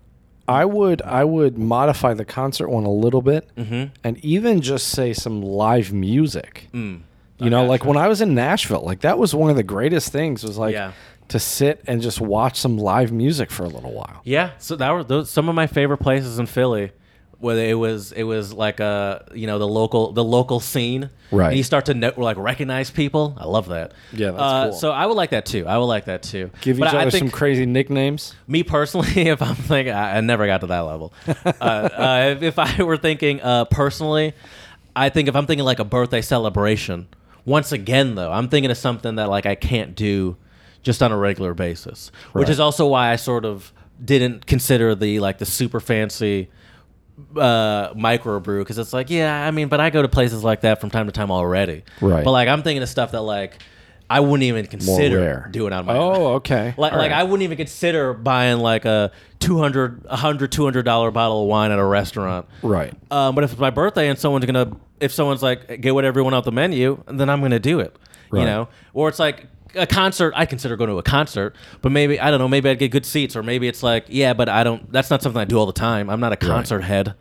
I would I would modify the concert one a little bit, Mm-hmm. and even just say some live music. Mm. You know, like when I was in Nashville, like that was one of the greatest things was like Yeah. to sit and just watch some live music for a little while. yeah. So that were those some of my favorite places in Philly. Where it was it was like a you know the local the local scene Right. and you start to know, like recognize people I love that Yeah, that's uh, cool. so I would like that too I would like that too Give But each I- I other think- some crazy nicknames. me personally, if I'm thinking, I, I never got to that level. uh, uh, if, if I were thinking uh, personally, I think if I'm thinking like a birthday celebration, once again though, I'm thinking of something that like I can't do just on a regular basis, which Right. is also why I sort of didn't consider the like the super fancy uh microbrew because it's like yeah i mean but i go to places like that from time to time already Right. but like i'm thinking of stuff that like i wouldn't even consider rare. doing on my own Oh, okay. like, All like right. I wouldn't even consider buying like a 200 100 200 dollar bottle of wine at a restaurant. Right. Um, but if it's my birthday and someone's gonna, if someone's like, get what everyone off the menu, then I'm gonna do it. Right. You know, or it's like a concert. I consider going to a concert, but maybe I don't know. Maybe I'd get good seats, or maybe it's like, yeah, but I don't. That's not something I do all the time. I'm not a concert head.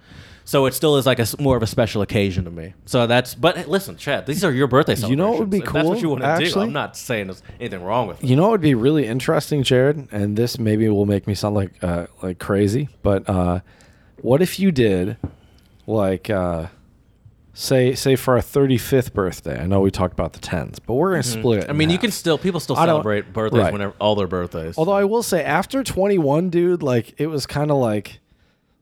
So it still is like a s- more of a special occasion to me. So that's. But hey, listen, Chad, these are your birthday celebrations. You know what would be If That's what cool, you want to do. actually? I'm not saying there's anything wrong with it. You know what would be really interesting, Jared? And this maybe will make me sound like uh, like crazy, but uh, what if you did like uh, say say for our thirty fifth birthday? I know we talked about the tens, but we're gonna split. It Mm-hmm. I in mean, you half. can still people still I don't- celebrate birthdays right. whenever all their birthdays. Although I will say, after twenty one, dude, like it was kind of like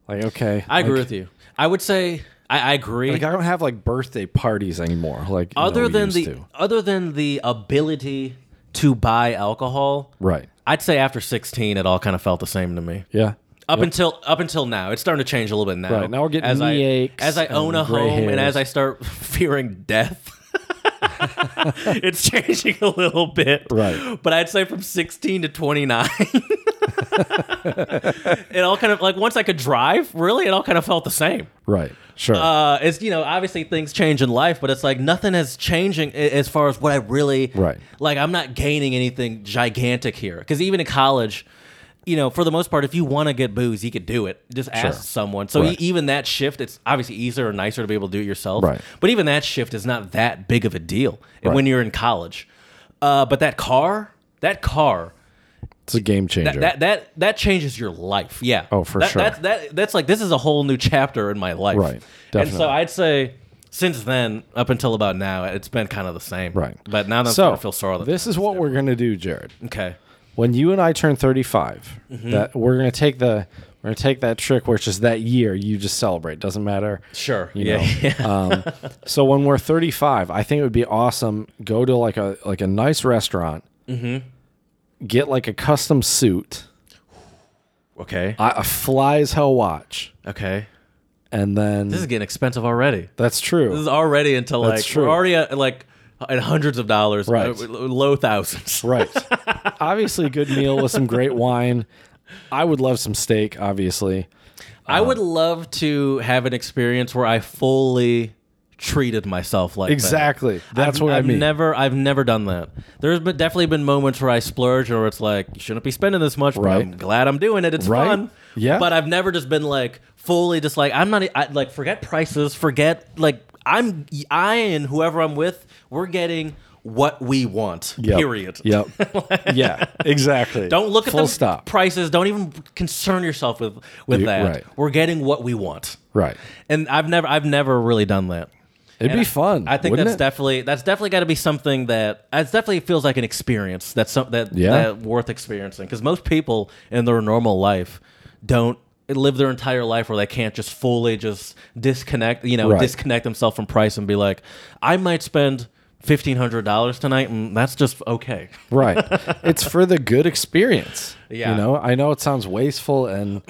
like okay, I agree like- with you. I would say I, I agree. Like I don't have like birthday parties anymore. Like you know, other we than used the to. other than the ability to buy alcohol, right, I'd say after sixteen, it all kind of felt the same to me. yeah, Up until up until now, it's starting to change a little bit now. Right, now we're getting as I, knee aches as I own a and gray home and as hairs. I start fearing death. it's changing a little bit, Right. But I'd say from sixteen to twenty nine, it all kind of like once I could drive, really, it all kind of felt the same. right, sure, Uh, it's you know obviously things change in life, but it's like nothing is changing a- as far as what I really Right. Like I'm not gaining anything gigantic here because even in college, you know, for the most part, if you want to get booze, you could do it. Just ask Sure. someone. So Right. e- even that shift, it's obviously easier or nicer to be able to do it yourself. Right. But even that shift is not that big of a deal Right. when you're in college. Uh, but that car, that car, It's a game changer. that, that that that changes your life. Yeah. Oh, for That- sure. That's that that's like this is a whole new chapter in my life. Right. And Definitely. so I'd say since then up until about now, it's been kind of the same. right. But now that I'm so starting to feel sorry. this is what we're gonna do, Jared. okay. When you and I turn 35, Mm-hmm. that we're gonna take the we're gonna take that trick where it's just that year you just celebrate. Doesn't matter. Sure. You yeah. know, yeah. um, so when we're 35 i think it would be awesome go to like a like a nice restaurant Mm-hmm. get like a custom suit uh, Okay. I- a fly as hell watch Okay. and then This is getting expensive already. that's This true is already into like That's we're true. already at like at hundreds of dollars, Right. uh, low thousands. right obviously a good meal with some great wine i would love some steak obviously Uh-huh. I would love to have an experience where I fully treated myself like that. exactly that's I've, what i I've mean Never, I've never done that. There's been, definitely been moments where I splurge, or it's like you shouldn't be spending this much. But Right. I'm glad I'm doing it. It's Right. fun. Yeah. But I've never just been like fully just like I'm not e, I, like forget prices, forget like I'm I and whoever I'm with, we're getting what we want. Yep. Period. yep yeah exactly Don't look at full the stop prices. Don't even concern yourself with with You- that. right. We're getting what we want. right And I've never I've never really done that. it'd be And I- fun I think wouldn't that's it? definitely that's definitely got to be something that that's definitely feels like an experience. That's some that Yeah. that worth experiencing because most people in their normal life don't live their entire life where they can't just fully just disconnect. You know, Right. disconnect themselves from price and be like, I might spend fifteen hundred dollars tonight, and that's just okay. Right. it's for the good experience. Yeah. You know, I know it sounds wasteful and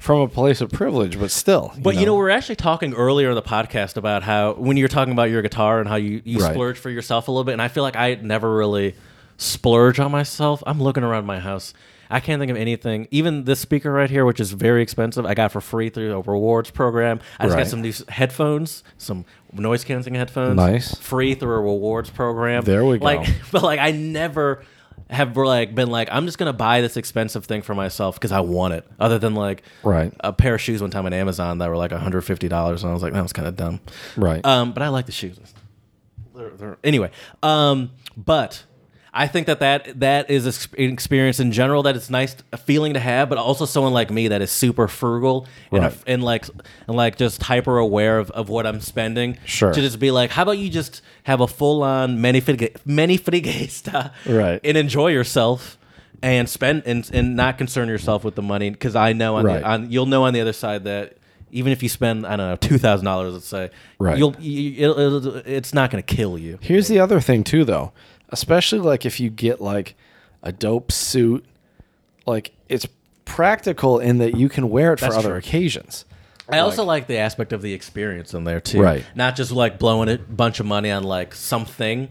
from a place of privilege, but still. But you know, we were actually talking earlier in the podcast about how when you were talking about your guitar and how you, you Right. splurge for yourself a little bit, and I feel like I never really splurge on myself. I'm looking around my house. I can't think of anything. Even this speaker right here, which is very expensive, I got for free through a rewards program. I just Right. got some new s- headphones, some noise canceling headphones. Nice. Free through a rewards program. There we go. Like, but like I never have like been like I'm just gonna buy this expensive thing for myself because I want it. Other than like Right. a pair of shoes one time on Amazon that were like 150 dollars, and I was like, that was kind of dumb. Right. Um, but I like the shoes. They're- they're- anyway, um, but I think that that that is ex- an experience in general that it's nice a feeling to have, but also someone like me that is super frugal and, a- Right. and like and like just hyper aware of, of what I'm spending. Sure. To just be like, how about you just have a full on many frigesta Right. and enjoy yourself. And spend and, and not concern yourself with the money because I know on, Right. the, on you'll know on the other side that even if you spend I don't know two thousand dollars, let's say, Right. you'll you, it'll, it'll, it's not going to kill you. Here's the other thing too though. Especially like if you get like a dope suit, like it's practical in that you can wear it for other true. occasions. I also like the aspect of the experience in there too, Right. Not just like blowing a bunch of money on like something,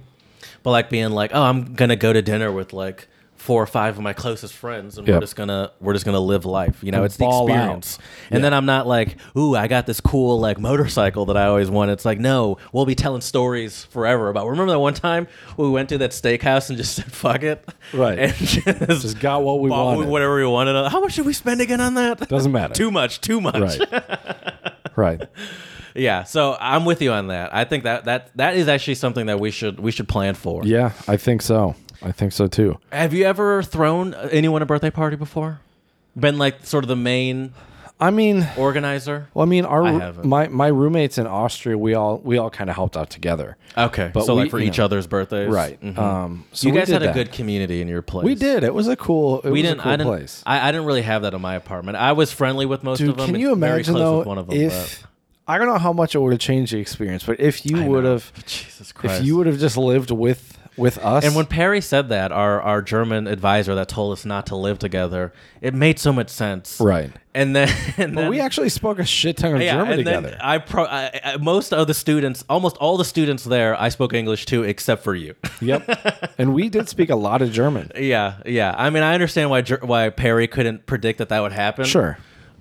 but like being like, oh, I'm gonna go to dinner with like four or five of my closest friends, and we're Yep. just gonna we're just gonna live life. You know, it's the ball out. experience. And then I'm not like, ooh, I got this cool like motorcycle that I always wanted. It's like, no, we'll be telling stories forever about. Remember that one time we went to that steakhouse and just said, fuck it, Right. And just, Just got what we bought wanted. whatever we wanted. How much did we spend again on that? Doesn't matter. too much. Too much. Right. right. Yeah, so I'm with you on that. I think that that that is actually something that we should we should plan for. Yeah, I think so. I think so too. Have you ever thrown anyone a birthday party before? Been like sort of the main I mean, organizer? well, I mean, our I haven't. my my roommates in Austria, we all we all kind of helped out together. Okay, But so we- like for you each know. other's birthdays, Right. Mhm. Um, so you we guys did had a that. good community in your place. We did. It was a cool. It We was didn't. A cool I didn't. place. I, I didn't really have that in my apartment. I was friendly with most of Dude, them. can and you very imagine close though with one of them, if I don't know how much it would have changed the experience, but if you but- would have, Oh, Jesus Christ, if you would have just lived with with us, And when Perry said that, our our German advisor that told us not to live together, it made so much sense. Right. And then, and But then we actually spoke a shit ton of yeah, German and together. Then I pro I, I, most of the students, almost all the students there, I spoke English to, except for you. yep, and we did speak a lot of German. yeah, yeah. I mean, I understand why Ger- why Perry couldn't predict that that would happen. Sure.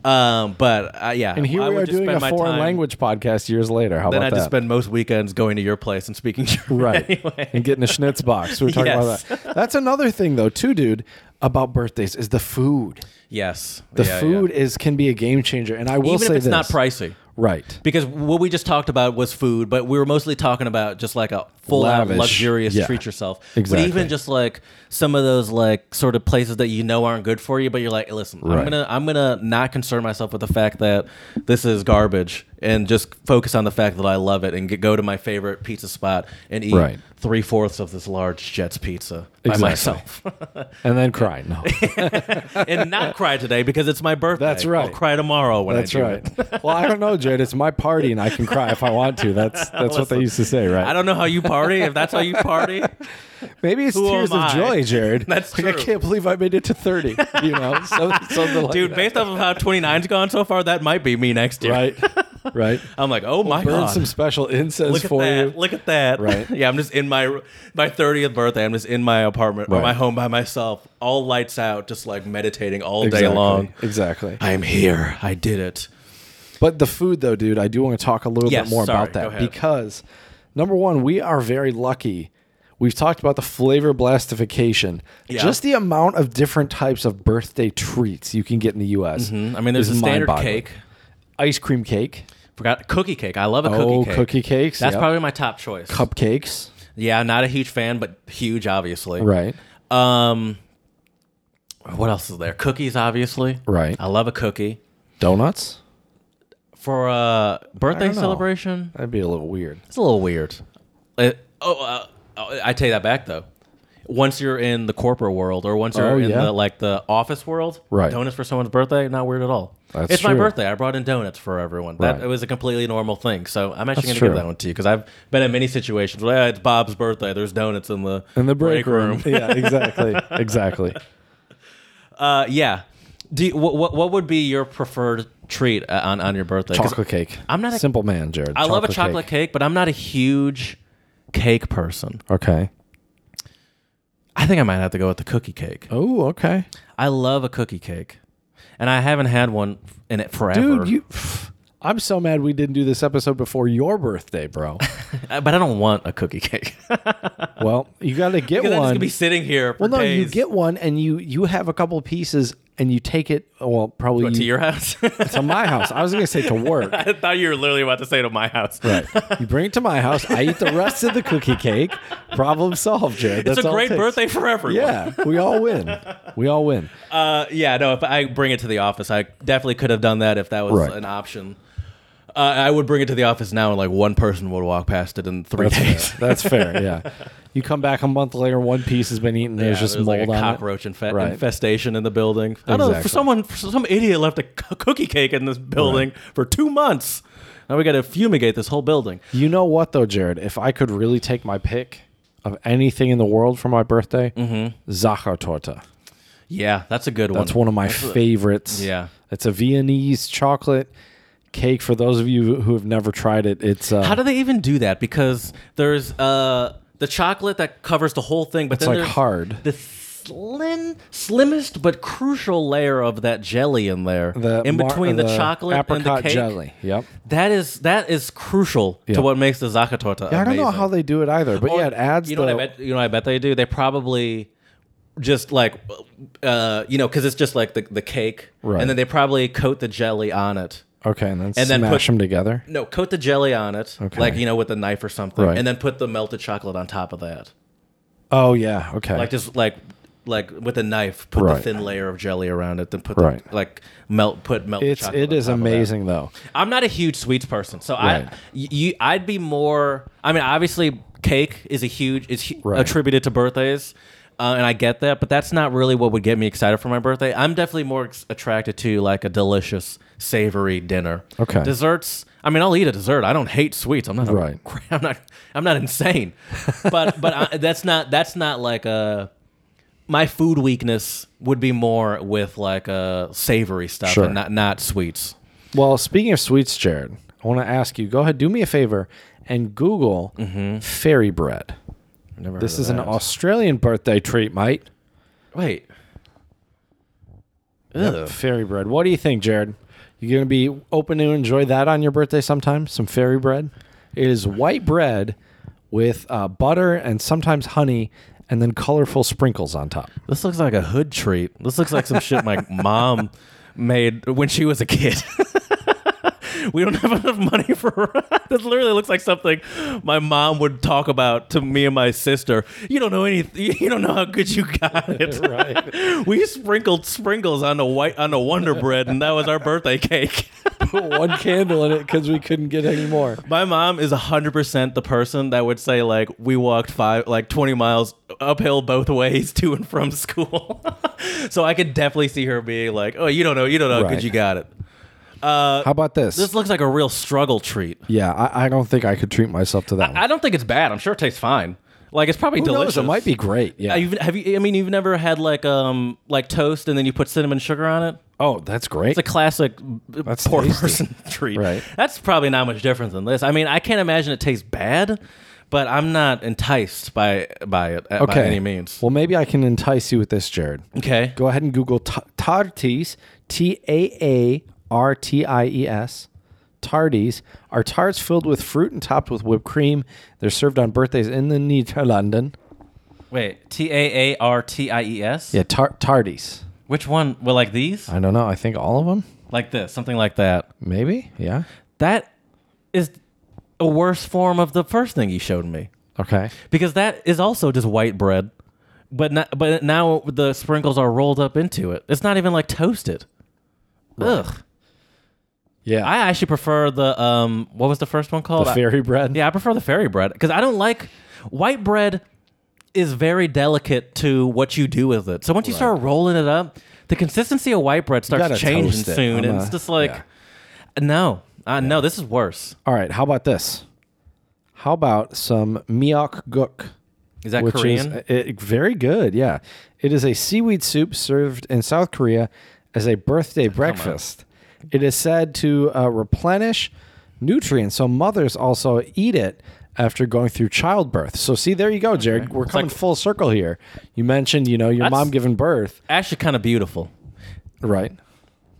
Um, but uh, yeah, And here I we would are just doing spend a my foreign time- language podcast years later. How Then I about just that? spend most weekends going to your place and speaking German. right Anyway. and getting a schnitz box. We were talking Yes. about that. That's another thing though, too, dude. About birthdays is the food. Yes. The Yeah, yeah. food is can be a game changer, and I will even say if it's this. not pricey. right. Because what we just talked about was food, but we were mostly talking about just like a full Lavish. out luxurious Yeah. treat yourself. But Exactly. even just like some of those like sort of places that you know aren't good for you, but you're like, listen, Right. I'm gonna I'm gonna not concern myself with the fact that this is garbage and just focus on the fact that I love it and get, go to my favorite pizza spot and eat Right. three fourths of this large Jets pizza Exactly. by myself And then cry. No, and not cry today because it's my birthday. That's right. I'll cry tomorrow when that's I do it. right. well, I don't know, Jed. It's my party, and I can cry if I want to. That's that's what they Listen, used to say, right? I don't know how you party. If that's how you party, Maybe it's Who tears am of I? joy, Jared. That's like, I true. can't believe I made it to thirty. You know, so, something like dude, that. based off of how 29's gone so far, that might be me next year. right, right. I'm like, oh my Burn god. some special incense Look at for that. you. Look at that. Right. yeah, I'm just in my my 30th birthday. I'm just in my apartment Right. or my home by myself, all lights out, just like meditating all exactly. day long. Exactly. I am here. I did it. But the food, though, dude, I do want to talk a little Yes, bit more sorry, about go that ahead. because number one, we are very lucky. We've talked about the flavor blastification. Yeah. Just the amount of different types of birthday treats you can get in the U.S. Hmm? Mm-hmm. I mean, there's is a standard mind-boggling. cake. ice cream cake, Forgot cookie cake. I love a cookie Oh, cake. cookie cakes, That's yep. probably my top choice. cupcakes, yeah, not a huge fan, but huge, obviously. right? Um, what else is there? Cookies, obviously. Right. I love a cookie Donuts. for a I birthday don't know. celebration. That'd be a little weird. It's a little weird. It- oh, uh, oh, I take that back though. Once you're in the corporate world, or once you're Oh, in yeah. the like the office world, Right. Donuts for someone's birthday, not weird at all. That's it's my true. birthday. I brought in donuts for everyone. That Right. it was a completely normal thing. So I'm actually That's going to give true. that one to you because I've been in many situations where "Ah, it's Bob's birthday. There's donuts in the In the break, room. yeah, exactly, exactly. Uh, yeah. Do you, what, what what would be your preferred treat uh, on on your birthday? 'Cause Chocolate cake. I'm not a- simple man, Jared. I love a chocolate cake. but I'm not a huge cake person. Okay. I think I might have to go with the cookie cake. Oh, okay. I love a cookie cake, and I haven't had one in it forever. Dude, you. I'm so mad we didn't do this episode before your birthday, bro. Uh, but I don't want a cookie cake. well, you got to I'm get just one. gonna be sitting here. For well, no, you days. get one and you you have a couple pieces and you take it. Well, probably to you- your house. to my house. I was gonna say to work. I thought you were literally about to say to my house. Right. You bring it to my house. I eat the rest of the cookie cake. Problem solved, Jared. It's That's a all it great takes. birthday for everyone. Yeah, we all win. We all win. Uh, yeah, no, if I bring it to the office, I definitely could have done that if that was Right. an option. Uh, I would bring it to the office now, and like one person would walk past it in three days. That's fair. Yeah. You come back a month later, one piece has been eaten. There's Yeah, just there's, mold like a on it. cockroach infe- Right. infestation in the building. I don't know. For Exactly. someone, for some idiot left a cu- cookie cake in this building for two months. Now we got to fumigate this whole building. You know what though, Jared? If I could really take my pick of anything in the world for my birthday, Mm-hmm. Zachertorte. Yeah, that's a good one. That's one of my favorites. yeah. it's a Viennese chocolate cake. For those of you who have never tried it, it's uh, How do they even do that? Because there's uh the chocolate that covers the whole thing, but it's then like there's hard. the slim, slimmest but crucial layer of that jelly in there, The in mar- between the, chocolate apricot and the cake. jelly. Yep. That is that is crucial Yeah. to what makes the zakatorta. I don't know how they do it either, but Or- yeah, it adds. Oh, You know the, what I bet? You know what I bet they do? They probably just like, uh, you know, because it's just like the, the cake, Right. and then they probably coat the jelly on it. Okay, and then And then smash put- them together. No, coat the jelly on it, Okay. like you know, with a knife or something, Right. and then put the melted chocolate on top of that. Oh yeah. Okay. Like just like like with a knife, put Right. the thin layer of jelly around it, then put Right. the, like melt, put melt. it's chocolate it on is top of that. amazing though. I'm not a huge sweets person, so Right. I you I'd be more. I mean, obviously, cake is a huge is hu- Right. attributed to birthdays, uh, and I get that, but that's not really what would get me excited for my birthday. I'm definitely more ex- attracted to like a delicious, savory dinner. Okay. desserts. I mean, I'll eat a dessert. I don't hate sweets. I'm not a- Right. I'm not. I'm not insane, but but I, that's not that's not like a. My food weakness would be more with like uh, savory stuff Sure. and not not sweets. Well, speaking of sweets, Jared, I want to ask you. Go ahead, do me a favor and Google fairy bread. Never This heard of is an Mm-hmm. that. Australian birthday treat, mate. Wait. Ugh. Fairy bread. What do you think, Jared? You're going to be open to enjoy that on your birthday sometime. Some fairy bread. It is white bread with uh, butter and sometimes honey, and then colorful sprinkles on top. This looks like a hood treat. This looks like some shit my mom made when she was a kid. we don't have enough money for this literally looks like something my mom would talk about to me and my sister. You don't know anything. You don't know how good you got it. Right. we sprinkled sprinkles on a white on a wonder bread and that was our birthday cake. Put one candle in it because we couldn't get any more. My mom is 100% the person that would say, like, we walked five, like 20 miles uphill both ways to and from school. so I could definitely see her being like, oh, you don't know, you don't know, Right. because you got it. How about this? Uh, This looks like a real struggle treat. yeah, I, I don't think I could treat myself to that. one. I don't think it's bad. I'm sure it tastes fine. Like, it's probably Who delicious. knows? It might be great. Yeah. Uh, you've- have you? I mean, you've never had like um like toast and then you put cinnamon sugar on it. oh, that's great. It's a classic That's poor tasty. person treat. Right. That's probably not much different than this. I mean, I can't imagine it tastes bad, but I'm not enticed by by it uh, by any means. Well, maybe I can entice you with this, Jared. okay. Go ahead and Google t- tarties, T A A R T I E S. Tardies are tarts filled with fruit and topped with whipped cream. They're served on birthdays in the Netherlands. Wait. T A A R T I E S. Yeah, Uh-huh. tar- tardies. Which one? Well, like these? I don't know. I think all of them. Like this? Something like that? Maybe. Yeah. That is a worse form of the first thing you showed me Okay. because that is also just white bread, but not, but now the sprinkles are rolled up into it. It's not even like toasted. Ugh. Yeah. I actually prefer the um what was the first one called? the fairy bread. yeah, I prefer the fairy bread because I don't like white bread is very delicate to what you do with it. So once you start rolling it up, the consistency of white bread gotta starts changing toast it. soon, I'm and a- it's just like, yeah. no, uh, no, this is worse. All right. How about this? How about some miok guk? Is that which Korean? is it, very good. Yeah, it is a seaweed soup served in South Korea as a birthday breakfast. It is said to uh, replenish nutrients, so mothers also eat it after going through childbirth. So see, there you go, Jared. We're coming full circle here. You mentioned, you know, your That's- mom giving birth, actually, kind of beautiful. right?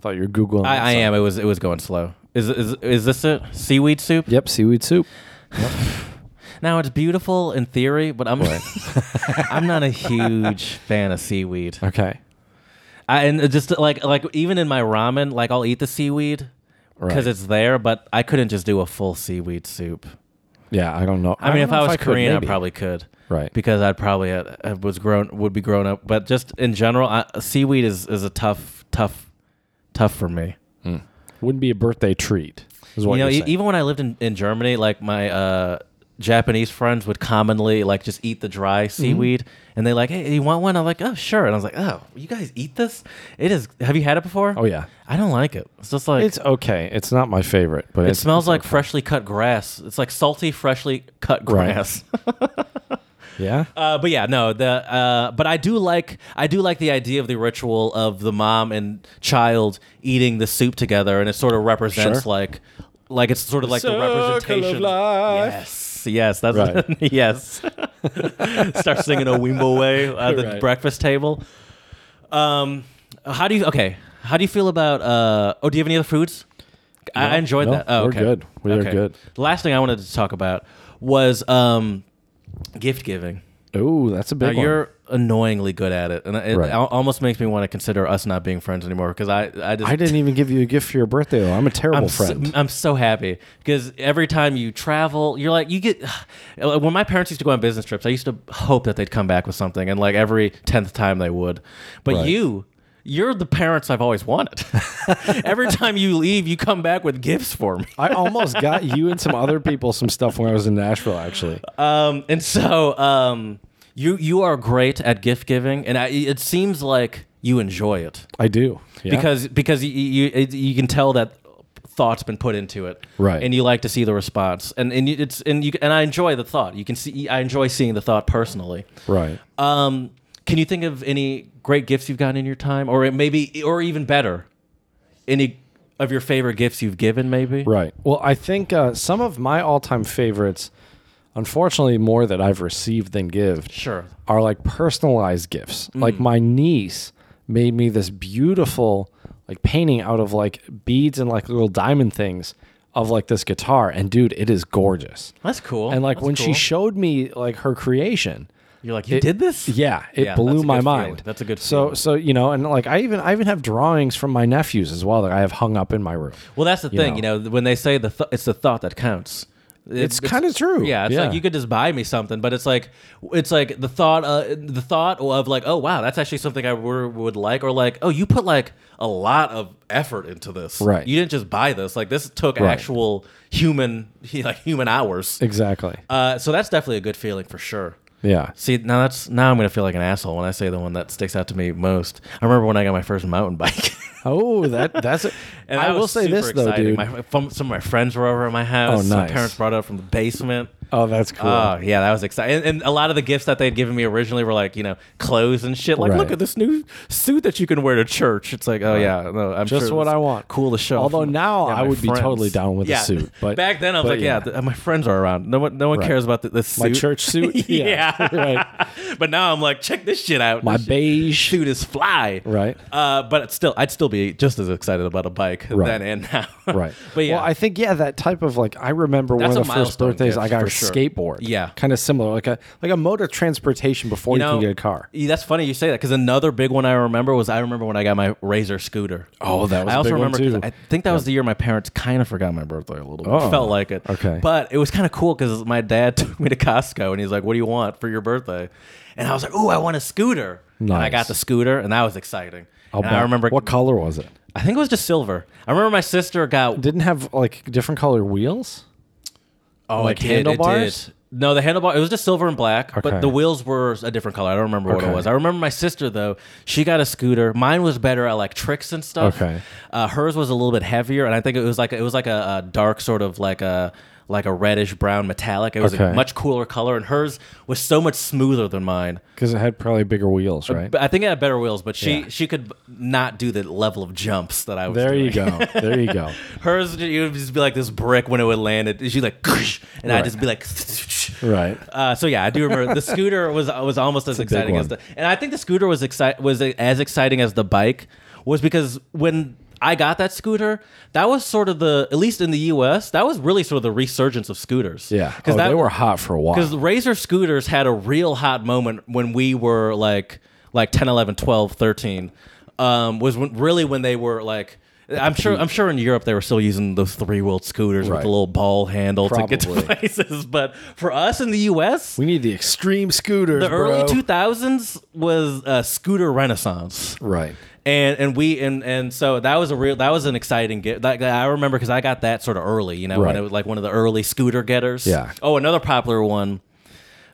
Thought you were googling. I, I something. am. It was it was going slow. Is is is this it? Seaweed soup? Yep, seaweed soup. Now it's beautiful in theory, but I'm I'm not a huge fan of seaweed. Okay. I, and it just like like even in my ramen, like I'll eat the seaweed because Right. it's there, but I couldn't just do a full seaweed soup. Yeah, I don't know. I, mean, don't if know I was could, Korean, maybe. I probably could, Right. Because I'd probably uh, uh, was grown would be grown up, but just in general, I, seaweed is is a tough tough tough for me. wouldn't be a birthday treat. Is what you know, you're e- saying. even when I lived in, in Germany, like my uh, Japanese friends would commonly like just eat the dry Mm-hmm. seaweed, and they like, hey, you want one? I'm like, oh, sure. And I was like, oh, you guys eat this? It is. Have you had it before? Oh, yeah. I don't like it. It's just like It's okay. It's not my favorite, but it it's, smells like freshly cut grass. It's like salty, freshly cut Right. grass. yeah. Uh, but yeah, no, the uh, but I do like I do like the idea of the ritual of the mom and child eating the soup together, and it sort of represents Sure. like like it's sort of like the circle of representation. life. Yes, yes, that's Right. yes. Start singing a Wimbo way at the Right. breakfast table. Um, how do you okay? How do you feel about uh? Oh, do you have any other foods? I I enjoyed no, that. Oh, we're okay. good. We are Okay. good. The last thing I wanted to talk about was um, gift giving. Oh, that's a Now, big one. you're annoyingly good at it, and it Right. al- almost makes me want to consider us not being friends anymore because I, I just I didn't even give you a gift for your birthday. Though. I'm a terrible I'm so, friend. I'm so happy because every time you travel, you're like you get. uh, When my parents used to go on business trips, I used to hope that they'd come back with something, and like every tenth time they would. But Right. you, you're the parents I've always wanted. every time you leave, you come back with gifts for me. I almost got you and some other people some stuff when I was in Nashville. Actually, Um, and so um, you you are great at gift giving, and I, it seems like you enjoy it. I do Yeah? because because you, you it- you can tell that thought's been put into it Right. and you like to see the response and and you- it's and you and i enjoy the thought you can see i enjoy seeing the thought personally right. um can you think of any great gifts you've gotten in your time or maybe or even better any of your favorite gifts you've given maybe Right. Well, I think uh, some of my all-time favorites, unfortunately, more that I've received than give, sure Mm. are like personalized gifts. Like my niece made me this beautiful like painting out of like beads and like little diamond things of like this guitar. And dude, it is gorgeous. That's cool. And like Oh, That's when she cool. showed me like her creation, you're like, you it- did this? yeah, it Yeah, that's blew a my good mind. feeling. That's a good So feeling. so you know, and like I even I even have drawings from my nephews as well that I have hung up in my room. Well, that's the you thing. know. You know, when they say the th- it's the thought that counts. It- It's kinda true. Yeah, it's Yeah. like you could just buy me something, but it's like it's like the thought uh, the thought of like, oh wow, that's actually something I were- would like, or like, oh, you put like a lot of effort into this. Right. You didn't just buy this. Like this took Right. actual human like human hours. Exactly. Uh, so that's definitely a good feeling for sure. Yeah. See, now that's now I'm gonna feel like an asshole when I say the one that sticks out to me most. I remember when I got my first mountain bike. Oh, that that's it. And I, will was say this super though, excited. dude. My, from, some of my friends were over at my house. Oh, My nice. parents brought it up from the basement. oh, that's cool. Oh yeah, that was exciting. And, and a lot of the gifts that they'd given me originally were like, you know, clothes and shit. Like, Right. look at this new suit that you can wear to church. It's like, oh yeah, no, I'm Just sure what that's I want. Cool to show. Although off. now Yeah, I my would be friends. totally down with a yeah. suit, but- back then I was but like, yeah, yeah. th- my friends are around. No one, no one Right. cares about th- this. my suit. church suit. yeah. right. but now I'm like, check this shit out. My This beige. suit is fly. Right. Uh, but it's still, I'd still be just as excited about a bike Right. then and now. Right. but yeah, Well, I think yeah, that type of like I remember That's one a of the first milestone birthdays gift, I got a for sure. skateboard. Yeah. Kind of similar, like a like a mode of transportation before you, can get a car. yeah, That's funny you say that because another big one I remember was I remember when I got my Razor scooter. Oh, that was I a also big one, remember 'cause too. I think that was the year my parents kind of forgot my birthday a little bit. Oh, Felt like it. okay. But it was kind of cool because my dad took me to Costco and he's like, "What do you want for your birthday?" And I was like, "Oh, I want a scooter." And I Nice. got the scooter, and that was exciting. I'll and I bet. remember what color was it? I think it was just silver. I remember my sister got Didn't have like different color wheels. Oh, Like it did, it handlebars? did. No, the handlebar. It was just silver and black, Okay. but the wheels were a different color. I don't remember what Okay. it was. I remember my sister though. She got a scooter. Mine was better at like tricks and stuff. Okay. Uh, hers was a little bit heavier, and I think it was like it was like a, a dark sort of like a like a reddish brown metallic. It was Okay. a much cooler color, and hers was so much smoother than mine. Because it had probably bigger wheels, right? But I think it had better wheels, but she Yeah. she could not do the level of jumps that I was. there doing. you go. There you go. Hers, it would just be like this brick when it would land. It she'd like, and I'd Right. just be like, Right. Uh, so yeah, I do remember the scooter was was almost as a big exciting as one. the, and I think the scooter was exci- was as exciting as the bike was because when I got that scooter, that was sort of the at least in the U.S. that was really sort of the resurgence of scooters. Yeah. because oh, that they were hot for a because while. the Razor scooters had a real hot moment when we were like like 10, 11, 12, 13 um, was when, really when they were like I'm sure I'm sure in Europe they were still using those three-wheeled scooters with Right. the little ball handle to get to Probably. places but for us in the US We need the extreme scooters, the early bro. 2000s was a scooter renaissance right. and and we and and so that was a real that was an exciting get that that I remember because I got that sort of early you know when Right. it was like one of the early scooter getters Yeah. oh another popular one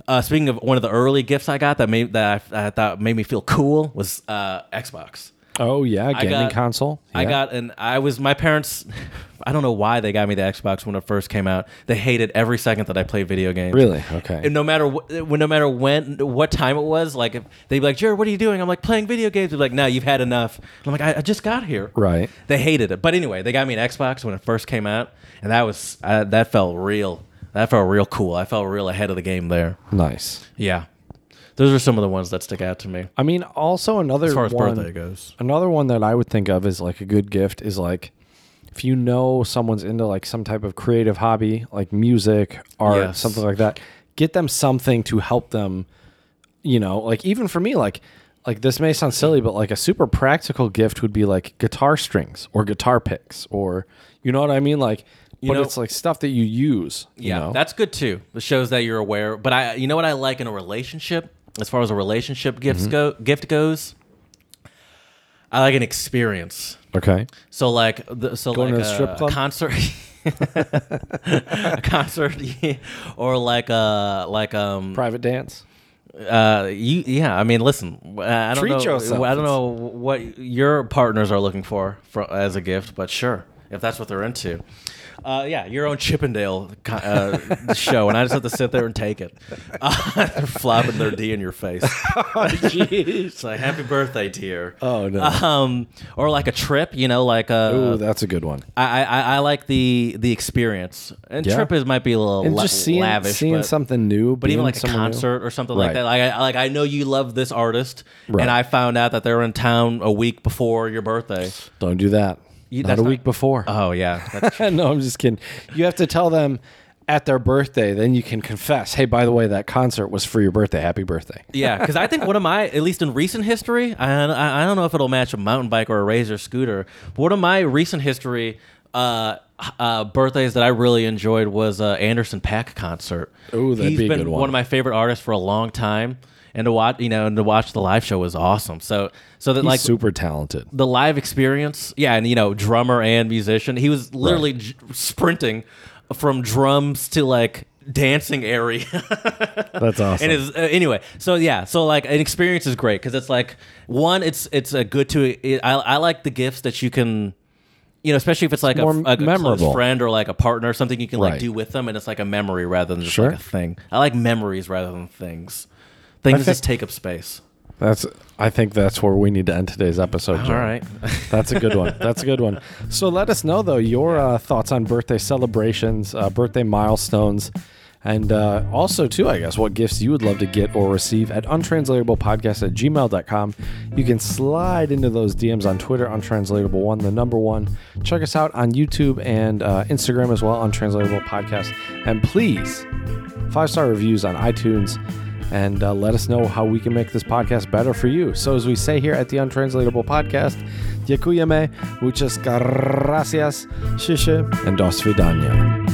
uh, speaking of one of the early gifts I got that made that I, I thought made me feel cool was uh, Xbox Oh yeah, gaming got- console. I Yeah. got an I was my parents I don't know why they got me the Xbox when it first came out they hated every second that I played video games really okay. and no matter what, no matter when, what time it was, like if they'd be like, "Jared, what are you doing?" I'm like, "Playing video games." They're like, "No, you've had enough." And I'm like, I, "I just got here." Right. They hated it, but anyway, they got me an Xbox when it first came out, and that was uh, that felt real. That felt real cool. I felt real ahead of the game there. Nice. Yeah, those are some of the ones that stick out to me. I mean, also another As far as one, birthday goes. another one that I would think of is like a good gift is like if you know someone's into like some type of creative hobby, like music, art, Yes. something like that, get them something to help them. You know, like even for me, like like this may sound silly, but like a super practical gift would be like guitar strings or guitar picks or you know what I mean, like. but know- it's like stuff that you use. you Yeah, know? that's good too. It shows that you're aware. But I, you know what I like in a relationship, as far as a relationship gifts Mm-hmm. go, gift goes, I like an experience. okay. So like, the, so Going to like the a, strip club? a concert, a concert, yeah. or like a like um Private dance. uh you yeah. I mean, listen, uh, I don't Treat know, yourself. I don't know what your partners are looking for, for as a gift, but sure, if that's what they're into. Uh, yeah, your own Chippendale ki- uh, show, and I just have to sit there and take it. Uh, they're flopping their D in your face. it's like, happy birthday, dear. Oh, no. Um, or like a trip, you know, like a. Ooh, that's a good one. I, I, I like the the experience, and Yeah. trip is might be a little And la- just seeing lavish, seeing but, something new, but even being like a somewhere new. concert or something Right. like that. Like I, like I know you love this artist, Right. and I found out that they're in town a week before your birthday. Don't do that. You- not that's a not- week before. Oh yeah, that's no, I'm just kidding. You have to tell them at their birthday, then you can confess. Hey, by the way, that concert was for your birthday. Happy birthday. yeah, because I think one of my, at least in recent history, I, I I don't know if it'll match a mountain bike or a razor scooter, but one of my recent history uh, h- uh, birthdays that I really enjoyed was uh, Anderson Pack concert. Ooh, that'd He's be a been good one. of my favorite artists for a long time, and to watch, you know, and to watch the live show was awesome. So, so that He's like super talented. the live experience, yeah, and you know, drummer and musician, he was literally j- sprinting from drums to like dancing area. That's awesome. And it's, uh, anyway, so yeah, so like an experience is great because it's like one, it's it's a good to. It, I I like the gifts that you can, you know, especially if it's like a, more f- like a memorable. close friend or like a partner or something you can Right. like do with them, and it's like a memory rather than just Sure. like a thing. I like memories rather than things. Things think- just take up space. That's. I think that's where we need to end today's episode. Joe. All right. That's a good one. That's a good one. So let us know though your uh, thoughts on birthday celebrations, uh, birthday milestones, and uh, also too, I guess, what gifts you would love to get or receive at untranslatablepodcast at gmail.com. You can slide into those DMs on Twitter, untranslatable one, the number one. Check us out on YouTube and uh, Instagram as well, untranslatable podcast. And please, five star reviews on iTunes and uh, let us know how we can make this podcast better for you. So, as we say here at the Untranslatable Podcast, Yakuyame, muchas gracias, shisha, and dos vidania.